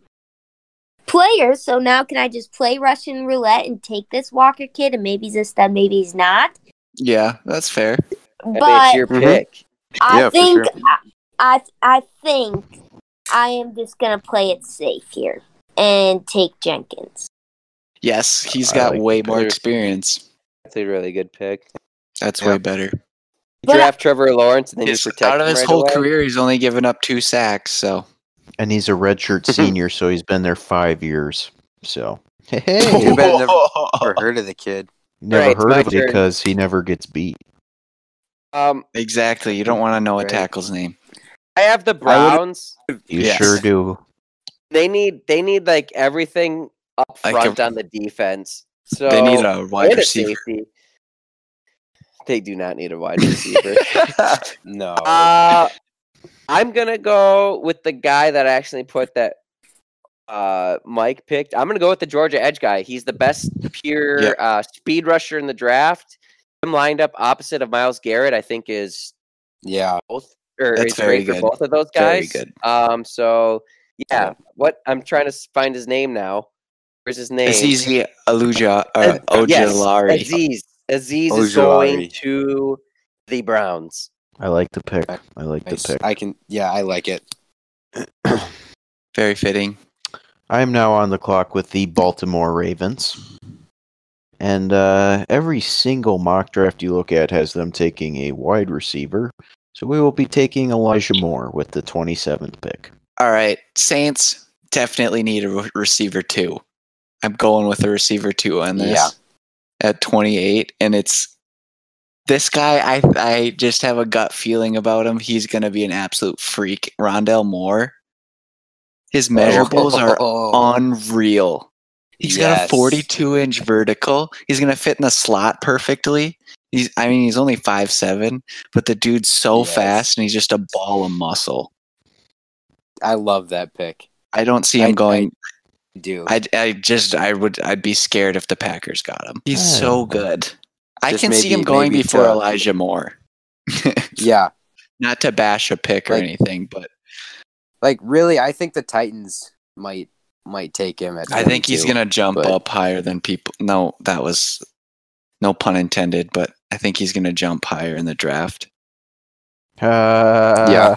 D: player. So now can I just play Russian roulette and take this Walker kid and maybe he's a stud, maybe he's not?
B: Yeah, that's fair.
E: I mean, it's
D: But
E: your
A: Mhm.
E: pick.
D: I
A: Yeah, for
D: think
A: sure.
D: I, I I think I am just gonna play it safe here and take Jenkins.
B: Yes, he's
C: I
B: got
C: like
B: way
C: the
B: more
E: Bears.
B: experience.
E: That's a really good pick.
B: That's
A: Yeah.
B: way better.
E: You
D: But-
E: draft Trevor Lawrence and then
B: His-
E: you protect
B: out of
E: him
B: his
E: right
B: whole
E: away.
B: career, he's only given up two sacks. So
C: And he's a redshirt senior, so he's been there five years. So,
A: Too
C: hey,
A: bad I Never heard of the kid.
C: never
E: Right, it's
C: heard
E: my
C: of
E: turn.
C: it because he never gets beat.
E: Um
B: exactly, you don't want to know a
A: Right.
B: tackle's name.
E: I have the
A: would've-
E: Browns.
C: You
B: Yes.
C: sure do.
E: They need they need like everything up
B: Like a-
E: front on the defense. So
B: they need a
E: and
B: wide
E: a
B: receiver.
E: safety. They do not need a wide receiver.
A: No.
E: uh, I'm gonna go with the guy that I actually put that uh, Mike picked. I'm gonna go with the Georgia Edge guy. He's the best pure
B: Yep.
E: uh, speed rusher in the draft. Him lined up opposite of Miles Garrett, I think is
A: yeah.
E: both or
B: That's
E: is great
B: very
E: for
B: good.
E: both of those
B: Very
E: guys.
B: good.
E: Um, so yeah,
A: Yeah.
E: what I'm trying to s- find his name now. Where's his name?
B: It's easy. Aluja
E: Az-
B: or
E: yes,
B: Ojalari.
E: Aziz. Aziz is going
A: Ojulari.
E: to the Browns.
C: I like the pick.
A: Okay.
C: I like the
A: Nice.
C: pick.
A: I can yeah, I like it.
B: Very fitting.
C: I am now on the clock with the Baltimore Ravens. And uh, every single mock draft you look at has them taking a wide receiver. So we will be taking Elijah Moore with the 27th pick.
B: All right, Saints definitely need a re- receiver too. I'm going with a receiver two on this
A: Yeah.
B: at 28, and it's this guy. I I just have a gut feeling about him. He's going to be an absolute freak. Rondell Moore.
E: Oh.
B: His measurables are unreal. He's got a
A: Yes.
B: 42 inch vertical. He's gonna fit in the slot perfectly. He's, I mean, he's only five seven, but the dude's so
A: Yes.
B: fast and he's just a ball of muscle.
A: I love that pick.
B: I don't see
A: I-
B: him
A: I-
B: going.
A: I do.
B: I, I, just, I would, I'd be scared if the Packers got him. He's
C: Yeah.
B: so good. I
A: Just
B: can see
A: maybe-
B: him going
A: maybe
B: before
A: to-
B: Elijah Moore.
A: yeah.
B: Not to bash a pick or
A: Like-
B: anything, but
A: Like really, I think the Titans might might take him at
B: I think he's
A: 32.
B: gonna jump
A: but-
B: up higher than people. No, that was no pun intended, but I think he's gonna jump higher in the draft.
C: Uh,
A: Yeah.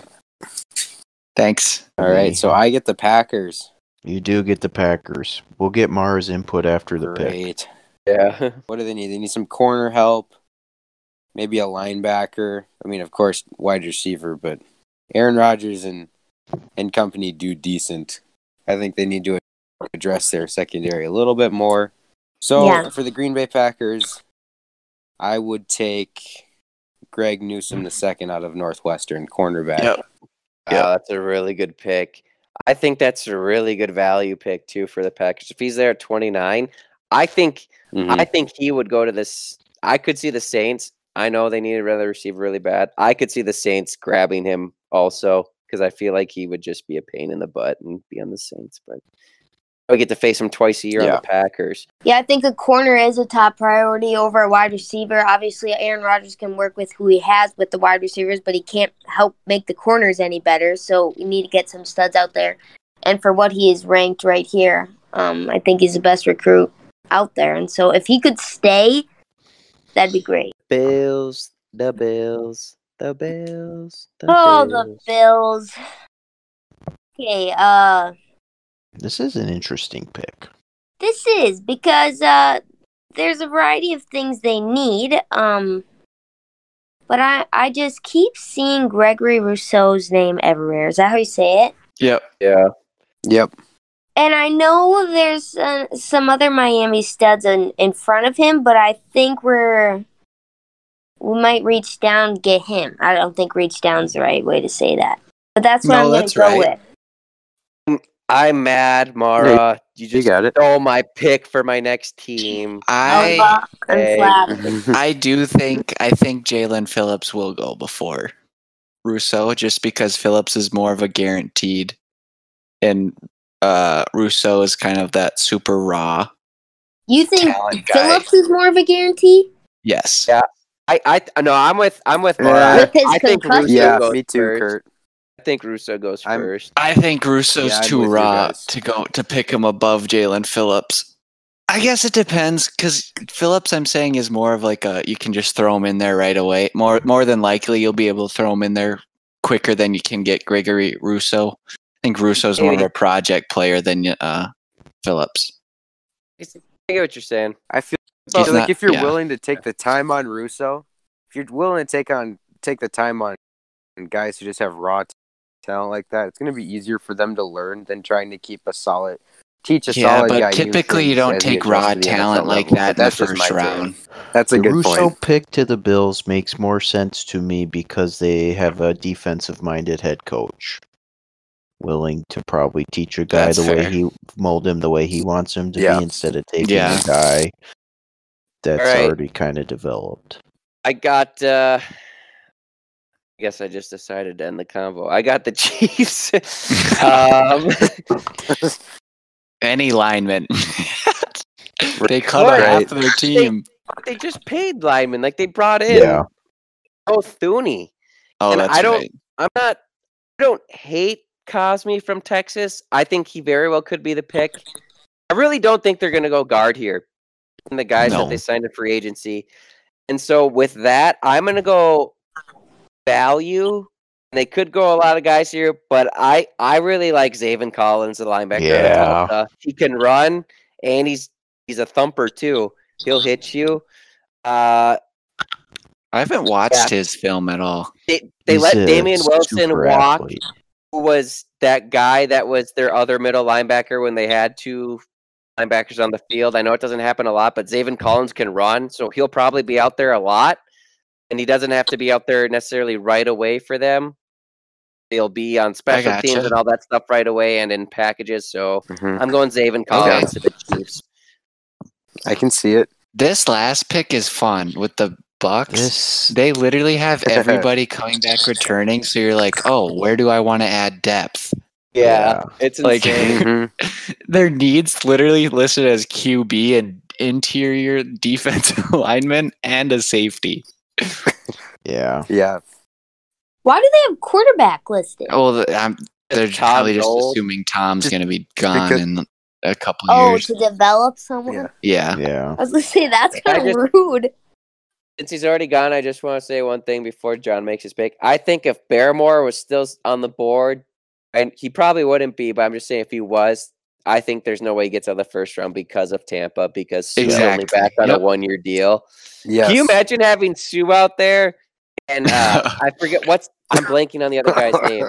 B: Thanks.
A: All right, so I get the Packers.
C: You do get the Packers. We'll get Mara's input after the pick.
A: Great.
E: Yeah.
A: What do they need? They need some corner help, maybe a linebacker. I mean, of course, wide receiver, but Aaron Rodgers and and company do decent. I think they need to address their secondary a little bit more. So
D: Yeah.
A: for the Green Bay Packers, I would take Greg Newsom the second out of Northwestern cornerback.
B: Yep.
E: Yeah, Oh, that's a really good pick. I think that's a really good value pick too for the Packers. If he's there at 29, I think
A: Mhm.
E: I think he would go to this. I could see the Saints. I know they need another receiver really bad. I could see the Saints grabbing him also because I feel like he would just be a pain in the butt and be on the Saints. But I get to face him twice a year on
A: Yeah.
E: the Packers.
D: Yeah, I think a corner is a top priority over a wide receiver. Obviously, Aaron Rodgers can work with who he has with the wide receivers, but he can't help make the corners any better. So we need to get some studs out there. And for what he is ranked right here, um, I think he's the best recruit out there. And so if he could stay, that'd be great.
E: Bills, the Bills. The Bills. The
D: Oh, the Bills. Okay, uh,
C: This is an interesting pick.
D: this is because uh, there's a variety of things they need. Um, but I I just keep seeing Gregory Rousseau's name everywhere. Is that how you say it?
B: Yep.
E: Yeah.
A: Yep.
D: And I know there's uh, some other Miami studs in, in front of him, but I think we're we might reach down get him. I don't think reach down's the right way to say that, but that's what
B: No,
D: I'm going
B: that's
D: to go
B: right.
D: with.
E: I'm mad, Mara. you
C: You
E: just
C: got it.
E: stole my pick for my next team.
B: I
D: Oh, fuck, I'm
E: Hey.
D: flattered.
B: I do think I think Jalen Phillips will go before Rousseau just because Phillips is more of a guaranteed and uh Rousseau is kind of that super raw
D: You think
B: talent guy.
D: Phillips is more of a guarantee?
B: Yes.
E: Yeah. I, I, no, I'm with, I'm with Mara.
A: Yeah.
D: With his
E: I think
D: concussion?
E: Russo
A: Yeah,
E: goes
A: me too,
E: first.
A: Kurt.
E: I think Russo goes
A: I'm-
E: first.
B: I think Russo's
A: Yeah, I'm
B: too
A: with you
B: raw
A: guys.
B: to go to pick him above Jalen Phillips. I guess it depends because Phillips, I'm saying, is more of like a you can just throw him in there right away. More more than likely, you'll be able to throw him in there quicker than you can get Gregory Russo. I think Russo's more of a project player than uh, Phillips.
E: I get what you're saying.
A: I feel
B: He's
A: like
B: not-
A: if you're
B: yeah.
A: willing to take the time on Russo, if you're willing to take on take the time on guys who just have raw t- talent like that, it's going to be easier for them to learn than trying to keep a solid teach a
B: Yeah,
A: solid guy.
B: but
A: new
B: typically you
A: things
B: don't
A: as he
B: take
A: adjusts
B: raw
A: to the NFL
B: talent like
A: level.
B: that
A: But
B: in the
A: that's just my
B: first
A: take.
B: round.
A: That's a
C: the
A: good
C: Russo
A: point.
C: pick to the Bills makes more sense to me because they have a defensive-minded head coach, willing to probably teach a guy
B: That's
C: the
B: fair.
C: way he mold him the way he wants him to
A: Yeah.
C: be instead of taking
B: Yeah.
C: a guy that's
E: All right.
C: already kind of developed.
E: I got. uh I guess I just decided to end the convo. I got the Chiefs. um,
B: Any lineman, they cover
E: Right.
B: half of their team.
E: they just paid linemen like they brought in.
C: Yeah.
E: Oh, Thuney.
B: Oh,
E: And
B: that's
E: I don't-
B: right.
E: I'm not. I don't hate Cosme from Texas. I think he very well could be the pick. I really don't think they're going to go guard here. And the guys
B: No.
E: that they signed in free agency. And so with that, I'm going to go value. They could go a lot of guys here, but I I really like Zaven Collins, the linebacker. out of
C: Yeah.
E: Tulsa. he can run, and he's he's a thumper too. He'll hit you. Uh,
B: I haven't watched his film at all.
E: they they
C: He's
E: let
C: a
E: Damian Wilson
C: super
E: walk.
C: athlete.
E: who was that guy that was their other middle linebacker when they had two linebackers on the field. I know it doesn't happen a lot, but Zaven Collins can run, so he'll probably be out there a lot. And he doesn't have to be out there necessarily right away for them. He'll be on special teams
B: gotcha. Hmm.
E: and all that stuff right away and in packages. So
A: Mhm.
E: I'm going Zaven Collins to the Chiefs.
A: I can see it.
B: This last pick is fun with the Bucks.
C: This
B: They literally have everybody coming back returning, so you're like, oh, where do I want to add depth?
C: Yeah.
E: It's
B: Like-
E: insane.
A: Mhm.
B: Their needs literally listed as QB and interior defensive lineman and a safety.
C: yeah.
A: Yeah,
D: Why do they have quarterback listed?
A: Oh,
B: Well, th- I'm, they're
E: Tom
B: probably just
E: Dole.
B: assuming Tom's going to be gone
A: because-
B: in a couple
D: Oh,
B: years.
D: to develop someone.
A: Yeah.
B: Yeah.
C: Yeah.
D: I was gonna say that's
E: I
D: kind of
E: just-
D: rude.
E: Since he's already gone, I just want to say one thing before John makes his pick. I think if Barrymore was still s- on the board, and he probably wouldn't be, but I'm just saying if he was, I think there's no way he gets out of the first round because of Tampa, because Sue's only
B: Exactly.
E: back on
B: Yep.
E: a one year deal.
A: yes.
E: Can you imagine having Sue out there? And uh, I forget what's I'm blanking on the other guy's name.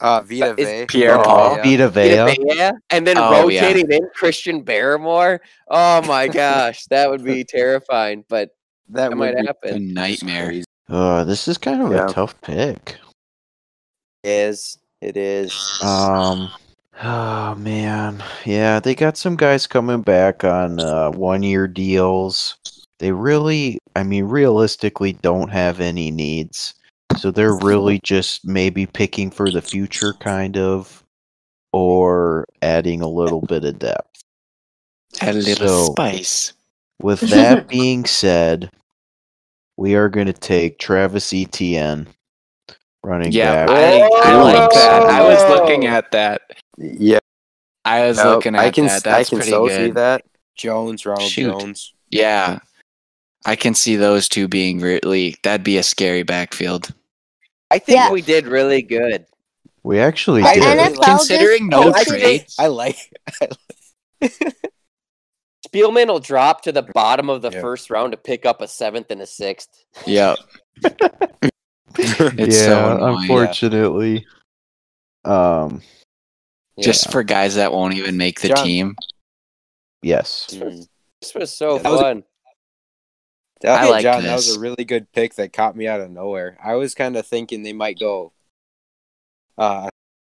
A: Uh, Vita
E: But is
A: Vea.
B: Pierre Paul?
A: yeah.
C: Vita
E: Vita
C: Vea.
E: Vea, and then
B: Oh, yeah.
E: rotating in Christian Barrymore. Oh my gosh, that would be terrifying, but that
A: That, would
E: might
A: be
B: A
E: happen.
B: nightmare.
A: crazy.
C: Uh, this is kind of
A: Yeah.
C: a tough pick.
E: Is it is.
C: Um. Oh man, yeah, they got some guys coming back on uh, one-year deals. They really, I mean, realistically, don't have any needs, so they're really just maybe picking for the future, kind of, or adding a little bit of depth.
B: Add a little
C: So-
B: spice.
C: With that being said, we are going to take Travis Etienne, running
B: Yeah,
C: back.
B: I, I like that. I was looking
E: Whoa!
B: at that.
A: Yeah,
B: I was
A: no,
B: looking at
A: I can.
B: that.
A: s- I
B: That's
A: can
B: pretty
A: so
B: good.
A: see that. Jones, Ronald
B: Shoot.
A: Jones.
B: Yeah. I can see those two being really that'd be a scary backfield.
E: I think
D: Yeah.
E: we did really good.
C: We actually
D: The
C: did.
D: NFL
B: Considering no
D: posted-
B: trades,
A: I like.
E: Spielman will drop to the bottom of the
A: Yeah.
E: first round to pick up a seventh and a sixth.
B: yep. it's
C: yeah,
B: so annoying.
C: unfortunately. Um.
B: Just for guys that won't even make the
A: John-
B: team.
C: Yes.
E: This was, Mm. this was so
A: Yeah, that was a-
E: fun.
A: That,
B: I
A: yeah,
B: like
A: John, that was
B: this.
A: a really good pick that caught me out of nowhere. I was kind of thinking they might go. Uh,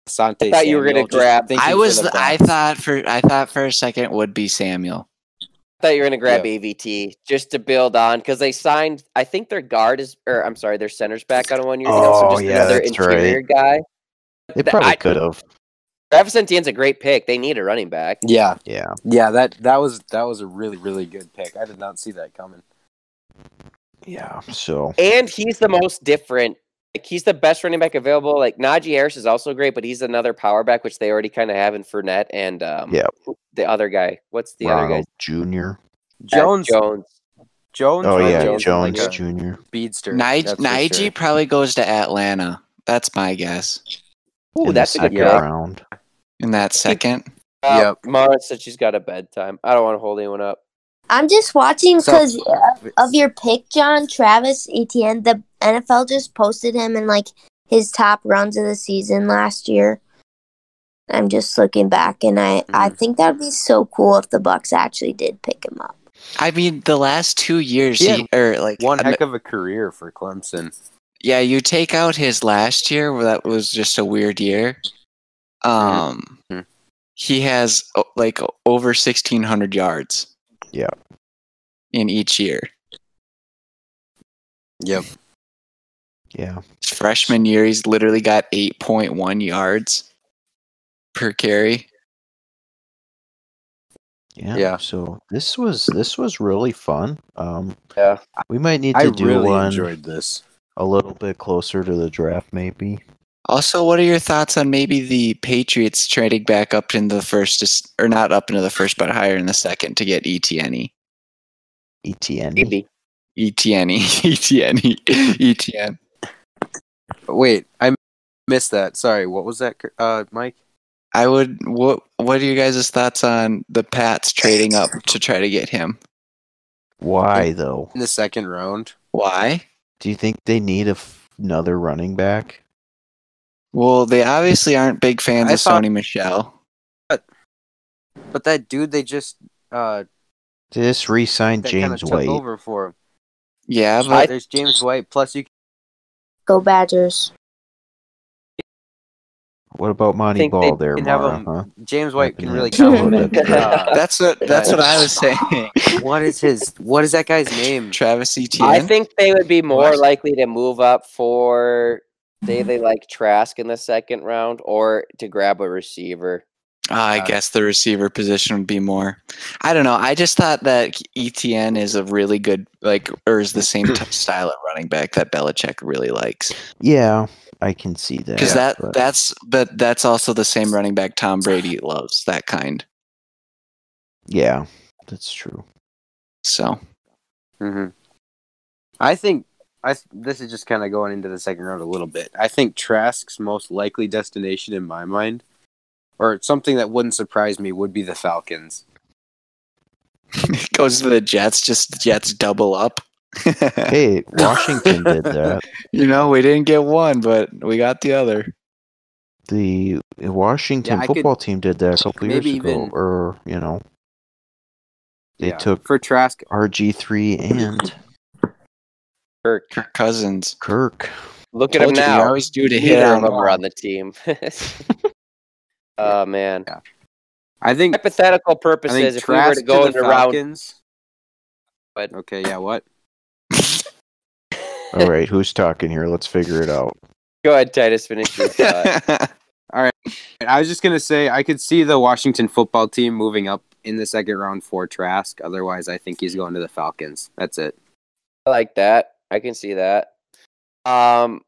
A: Asante
E: I thought you were gonna
A: Samuel, just
E: grab-
A: thinking
B: I
A: for
B: was.
A: the
B: I
A: Browns.
B: thought for. I thought for a second would be Samuel.
E: I thought you were going to grab AVT just to build on because they signed, I think their guard is, or I'm sorry, their center's back on a one year deal.
C: Oh,
E: So just
C: yeah,
E: another
C: that's
E: interior guy.
C: It
E: Th-
C: probably
E: I-
C: could have.
E: Travis Etienne's a great pick. They need a running back.
A: Yeah,
C: Yeah.
A: yeah. That that was that was a really really good pick. I did not see that coming.
C: Yeah. So
E: And he's the most different. Like he's the best running back available. Like Najee Harris is also great, but he's another power back, which they already kind of have in Fournette and um,
C: Yeah.
E: who- the other guy. What's the other guy?
C: Ronald Jr.
E: Mac
A: Jones,
E: Jones.
A: Jones.
C: Oh
A: or
C: yeah,
E: Jones
C: Jones,
E: is
A: like a
C: Jr.
A: speedster.
B: Nige,
A: that's for
B: Nige
A: sure.
B: probably goes to Atlanta. That's my guess.
E: Ooh,
C: in the
E: that's a good
C: second
E: pick.
C: round.
B: In that second,
E: Uh,
A: Yep.
E: Mara said she's got a bedtime. I don't want to hold anyone up.
D: I'm just watching
A: So-
D: because of your pick, John Travis Etienne. The NFL just posted him in like his top runs of the season last year. I'm just looking back, and I
A: Mm-hmm.
D: I think that'd be so cool if the Bucks actually did pick him up.
B: I mean, the last two years,
A: He
B: he, or like
A: one
B: um,
A: heck of a career for Clemson.
B: yeah, you take out his last year, where that was just a weird year. Um,
A: Mhm.
B: he has o- like o- over sixteen hundred yards.
C: Yeah.
B: in each year.
A: Yep.
C: Yeah.
B: His freshman year, he's literally got eight point one yards per carry.
C: Yeah.
A: Yeah.
C: So this was this was really fun. Um
E: Yeah.
C: we might need to
A: I
C: do
A: really
C: one
A: enjoyed this.
C: a little bit closer to the draft maybe.
B: Also, what are your thoughts on maybe the Patriots trading back up into the first, just- or not up into the first, but higher in the second to get E ETN?
C: ETN.
E: Maybe.
B: ETN, ETN, E ETN.
A: Wait, I missed that. Sorry, what was that, uh, Mike?
B: I would. What What are you guys' thoughts on the Pats trading up to try to get him?
C: Why though?
A: In the second round.
B: Why?
C: Do you think they need a f- another running back?
B: Well, they obviously aren't big fans
A: I
B: of
A: thought-
B: Sony Michelle.
A: But that dude, they just uh,
C: They just re-signed
A: that kind of
C: James
A: took
C: White.
A: over for him.
B: Yeah,
A: Uh,
B: but
A: There's James White. Plus, you
D: Go Badgers!
C: What about Monty
E: think they
C: Ball there,
A: can have
C: Mara,
A: him-
C: huh?
A: James White
C: Nothing
A: can really
C: else.
A: count.
E: Yeah.
A: uh,
B: that's what that's what I was saying.
A: what is his? What is that guy's name?
B: Travis ETN.
E: I think they would be more
B: What?
E: likely to move up for say
A: Mm-hmm.
E: they like Trask in the second round or to grab a receiver.
B: Ah, I
A: Uh,
B: guess the receiver position would be more. I don't know. I just thought that ETN is a really good, like, or is the same t- style of running back that Belichick really likes.
C: Yeah, I can see that.
B: Because that
C: but-
B: that's but that's also the same running back Tom Brady loves that kind.
C: Yeah, that's true.
B: So
A: hmm I think I. th- This is just kind of going into the second round a little bit. I think Trask's most likely destination in my mind, or something that wouldn't surprise me, would be the Falcons.
B: goes to the Jets. Just the Jets double up.
C: Hey, Washington did that.
B: you know, we didn't get one, but we got the other.
C: The Washington
A: Yeah, I could-
C: football team did that a couple years
A: maybe
C: ago,
A: even-
C: or you know, they
A: Yeah.
C: took
A: for Trask.
C: RG three and
E: Kirk.
B: Kirk Cousins.
C: Kirk.
E: Look at
B: Told
E: him
B: you,
E: now.
B: We always do to hit
E: Neither
B: on
E: of them are on
B: one.
E: the team. oh man.
A: Yeah. I think.
E: Hypothetical
A: I
E: purposes,
A: think
E: if we were
A: Trask
E: to go
A: to
E: into
A: the
E: round
A: Falcons.
E: But-
A: okay, yeah. What?
C: All right, who's talking here? Let's figure it out.
E: Go ahead, Titus, finish your thought.
A: I was just gonna say I could see the Washington football team moving up in the second round for Trask. Otherwise, I think he's going to the Falcons. That's it.
E: I like that. I can see that. Um,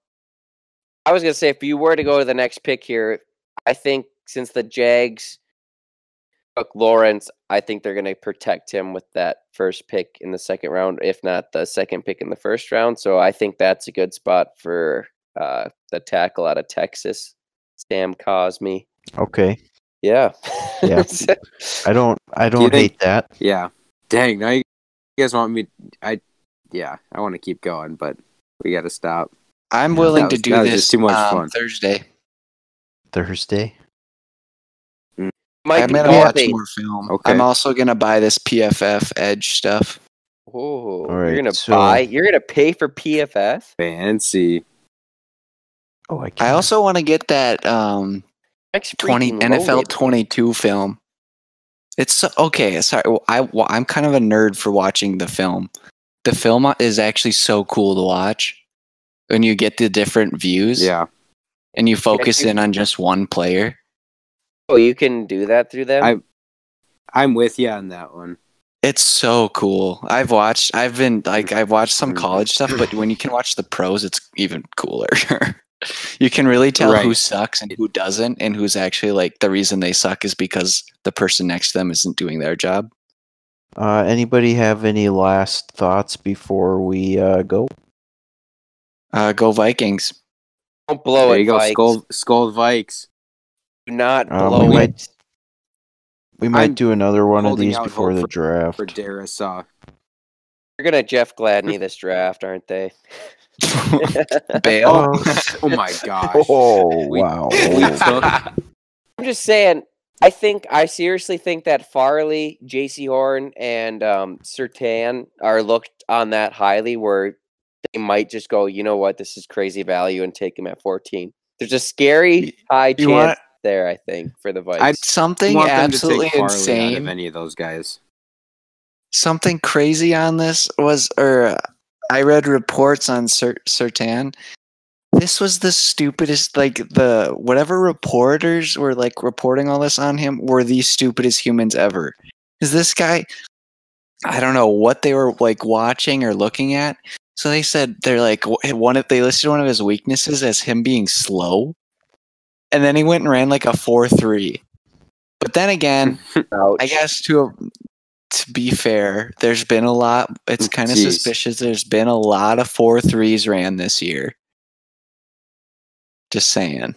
E: I was gonna say if you were to go to the next pick here, I think since the Jags took Lawrence, I think they're gonna protect him with that first pick in the second round, if not the second pick in the first round. So I think that's a good spot for uh, the tackle out of Texas, Sam Cosme.
C: Okay.
E: Yeah.
C: Yeah. I don't. I don't
A: think-
C: hate that.
A: Yeah. Dang. Now you you guys want me? I. Yeah. I want to keep going, but we got to stop.
B: I'm
C: Yeah,
B: willing
A: that
B: to
A: was-
B: do
A: that was
B: this
A: just too much
B: um,
A: fun.
B: Thursday.
C: Thursday.
E: Mike
B: I'm gonna
E: Nolte.
B: watch more film.
A: Okay.
B: I'm also gonna buy this PFF Edge stuff.
E: Oh,
C: All right,
E: you're gonna
C: so-
E: buy. You're gonna pay for PFF.
A: Fancy.
C: Oh, I. Can.
B: I also want to get that um,
E: Next
B: twenty NFL twenty two film. It's so- okay. Sorry, well, I well, I'm kind of a nerd for watching the film. The film is actually so cool to watch when you get the different views
A: Yeah.
B: and you focus
E: you-
B: in on just one player.
E: Oh, you can do that through them.
A: I- I'm with you on that one.
B: It's so cool. I've watched. I've been like I've watched some
A: Mhm.
B: college stuff, but when you can watch the pros, it's even cooler. you can really tell who
A: Right.
B: sucks and who doesn't, and who's actually like the reason they suck is because the person next to them isn't doing their job.
C: Uh, anybody have any last thoughts before we uh, go?
B: Uh, go Vikings!
E: Don't blow
A: there
E: it.
A: you go. Oh,
E: Vikes.
A: Skull, skull Vikes.
E: Do not
C: Um,
E: blow
B: we
E: it.
C: might- We might
A: I'm
C: do another one of
A: holding
C: these
A: out
C: before
A: hope
C: the
A: for-
C: draft.
A: For Darisaw.
E: They're gonna Jeff Gladney this draft, aren't they?
B: Bail.
C: oh,
A: Oh my gosh.
C: oh,
A: We-
C: wow!
A: we took-
E: I'm just saying. I think I seriously think that Farley, J.C. Horn, and um, Sertan are looked on that highly, where they might just go, you know what, this is crazy value, and take him at 14. There's a scary high
B: you
E: chance
B: wanna-
E: there. I think for the Vikes.
A: I-
B: Something
A: want them to
B: absolutely
A: take Farley Out of
B: insane.
A: any of those guys.
B: something crazy on this was or uh, i read reports on Ser- sertan this was the stupidest like the whatever reporters were like reporting all this on him were the stupidest humans ever is this guy i don't know what they were like watching or looking at so they said they're like wh- one of they listed one of his weaknesses as him being slow and then he went and ran like a 4-3 but then again I
E: Ouch.
B: guess to a, to be fair, there's been a lot. It's kind of
A: Jeez.
B: suspicious. There's been a lot of four threes ran this year. Just saying,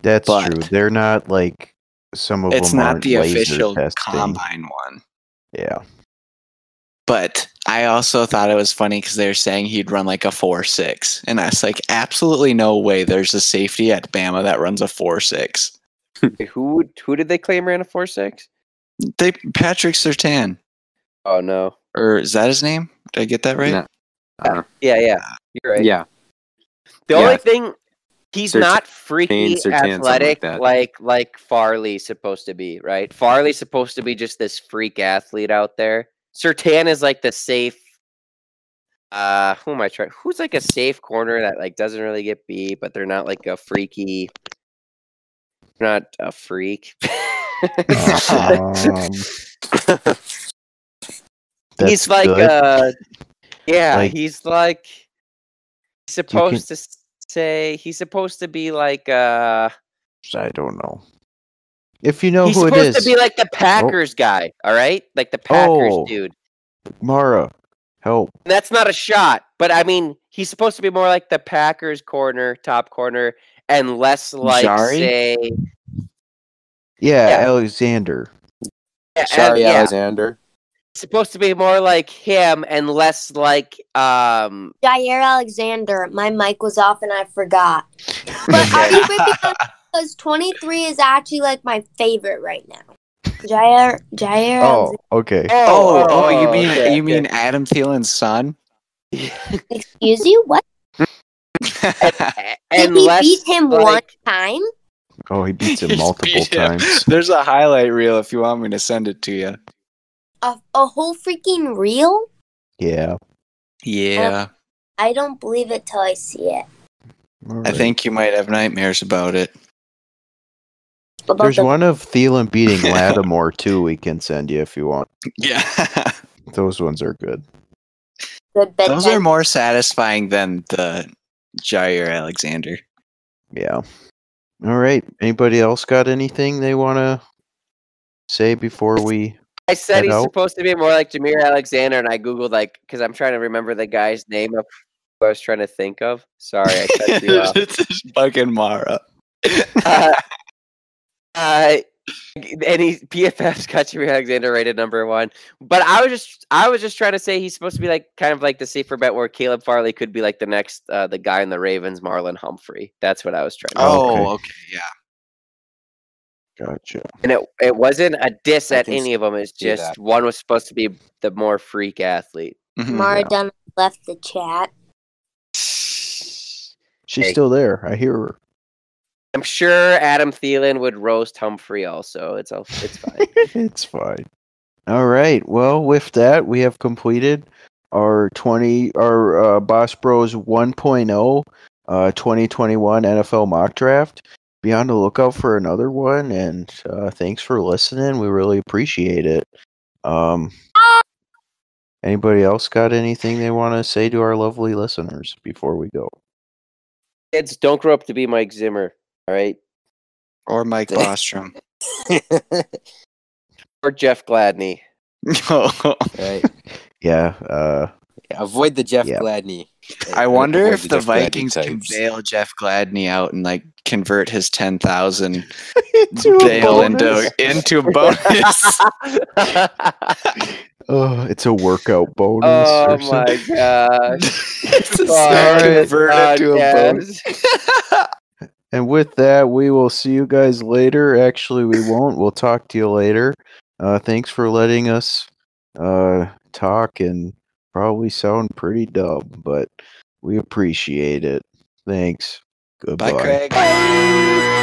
C: That's
B: But-
C: true. They're not like some of
B: it's
C: them.
B: not
C: aren't
B: the
C: laser
B: official
C: testing.
B: combine one.
C: Yeah.
B: But I also thought it was funny because they were saying he'd run like a four six, and I was like, absolutely no way. There's a safety at Bama that runs a four six.
E: Who would- who did they claim ran a four six?
B: They Patrick Sertan,
E: Oh no.
B: or is that his name? Did I get that right?
A: No.
E: Yeah, yeah. You're right.
A: Yeah.
E: The
A: yeah.
E: only thing he's
A: Sertan-
E: not freaky
A: Sertan, something like
E: athletic
A: that.
E: like, like Farley's supposed to be, right? Farley's supposed to be just this freak athlete out there. Sertan is like the safe uh who am I trying who's like a safe corner that like doesn't really get beat, but they're not like a freaky they're not a freak.
C: Um,
E: he's
C: that's
E: like
C: good.
E: uh yeah
C: Like-
E: he's like he's supposed to s- say he's supposed to be like uh
C: I don't know. If you know
E: he's
C: who it
E: supposed
C: is,
E: to be like the packers guy all right like the packers
C: Oh.
E: dude
C: Mara, help.
E: that's not a shot but i mean he's supposed to be more like the packers corner top corner and less like
B: Jari?
E: say
C: Yeah,
E: Yeah.
C: Alexander.
E: yeah,
A: Sorry,
E: yeah,
A: Alexander.
E: supposed to be more like him and less like um
D: Jair Alexander, my mic was off and I forgot. But I'll be quick enough because 23 is actually like my favorite right now. Jair, Jair
C: Oh, okay.
B: Oh, oh, you mean
E: okay,
B: you
E: okay.
B: mean Adam Thielen's son?
D: Alexander. Excuse you? What? Did
E: and
D: we
E: less
D: beat him one
E: like-
D: time?
C: Oh, he beats him
B: He's
C: multiple
B: beat him.
C: times.
B: There's a highlight reel if you want me to send it to you.
D: A, a whole freaking reel?
C: Yeah.
B: Yeah.
D: I don't believe it till I see it.
C: all
B: I
C: right.
B: think you might have nightmares about it.
D: About
C: there's
D: the-
C: one of Thielen beating Lattimore too. We can send you if you want.
B: Yeah.
C: Those ones are good.
D: good bedtime.
B: Those are more satisfying than the Jair Alexander.
C: Yeah. All right. Anybody else got anything they want to say before we?
E: I said
C: head
E: he's
C: out?
E: supposed to be more like Jameer Alexander, and I googled like because I'm trying to remember the guy's name of I was trying to think of. Sorry, I cut you off.
B: this is fucking Mara.
E: Uh, uh, and he PFF's got Jimmy Alexander rated number one. But I was just I was just trying to say he's supposed to be like kind of like the safer bet where Caleb Farley could be like the next uh, the guy in the Ravens, Marlon Humphrey. That's what I was trying. to
C: Oh, okay.
B: Oh, okay, yeah.
C: Gotcha.
E: And it it wasn't a diss
A: I
E: at
A: can
E: any of them. It's
A: see that.
E: just one was supposed to be the more freak athlete.
B: Mhm.
D: Mara Dunn left the chat.
C: She's
E: Hey.
C: still there. I hear her.
E: I'm sure Adam Thielen would roast Humphrey also. It's all it's fine.
C: it's fine. All right. Well, with that, we have completed our 20 our uh, Boss Bros 1.0 uh 2021 NFL mock draft. Be on the lookout for another one and uh thanks for listening. We really appreciate it. Um Anybody else got anything they want to say to our lovely listeners before we go?
E: Kids don't grow up to be Mike Zimmer. All right.
B: Or Mike Bostrom.
E: Or Jeff Gladney.
B: Oh,
A: right.
C: Yeah, uh
A: Avoid the Jeff
C: Yeah.
A: Gladney. uh,
B: I wonder
A: Avoid
B: if the
A: Jeff Gladney
B: Vikings can
A: types.
B: bail Jeff Gladney out and like convert his ten thousand
C: Into a
B: bail
C: bonus.
B: into into a bonus.
C: Oh, it's a workout bonus.
E: oh my
C: or something.
E: gosh.
B: It's a
E: Sorry,
B: convert into a bonus.
E: podcast.
C: And with that, we will see you guys later. Actually, we won't. We'll talk to you later. Uh, thanks for letting us uh, talk and probably sound pretty dumb, but we appreciate it. Thanks. Goodbye.
B: Bye, Craig.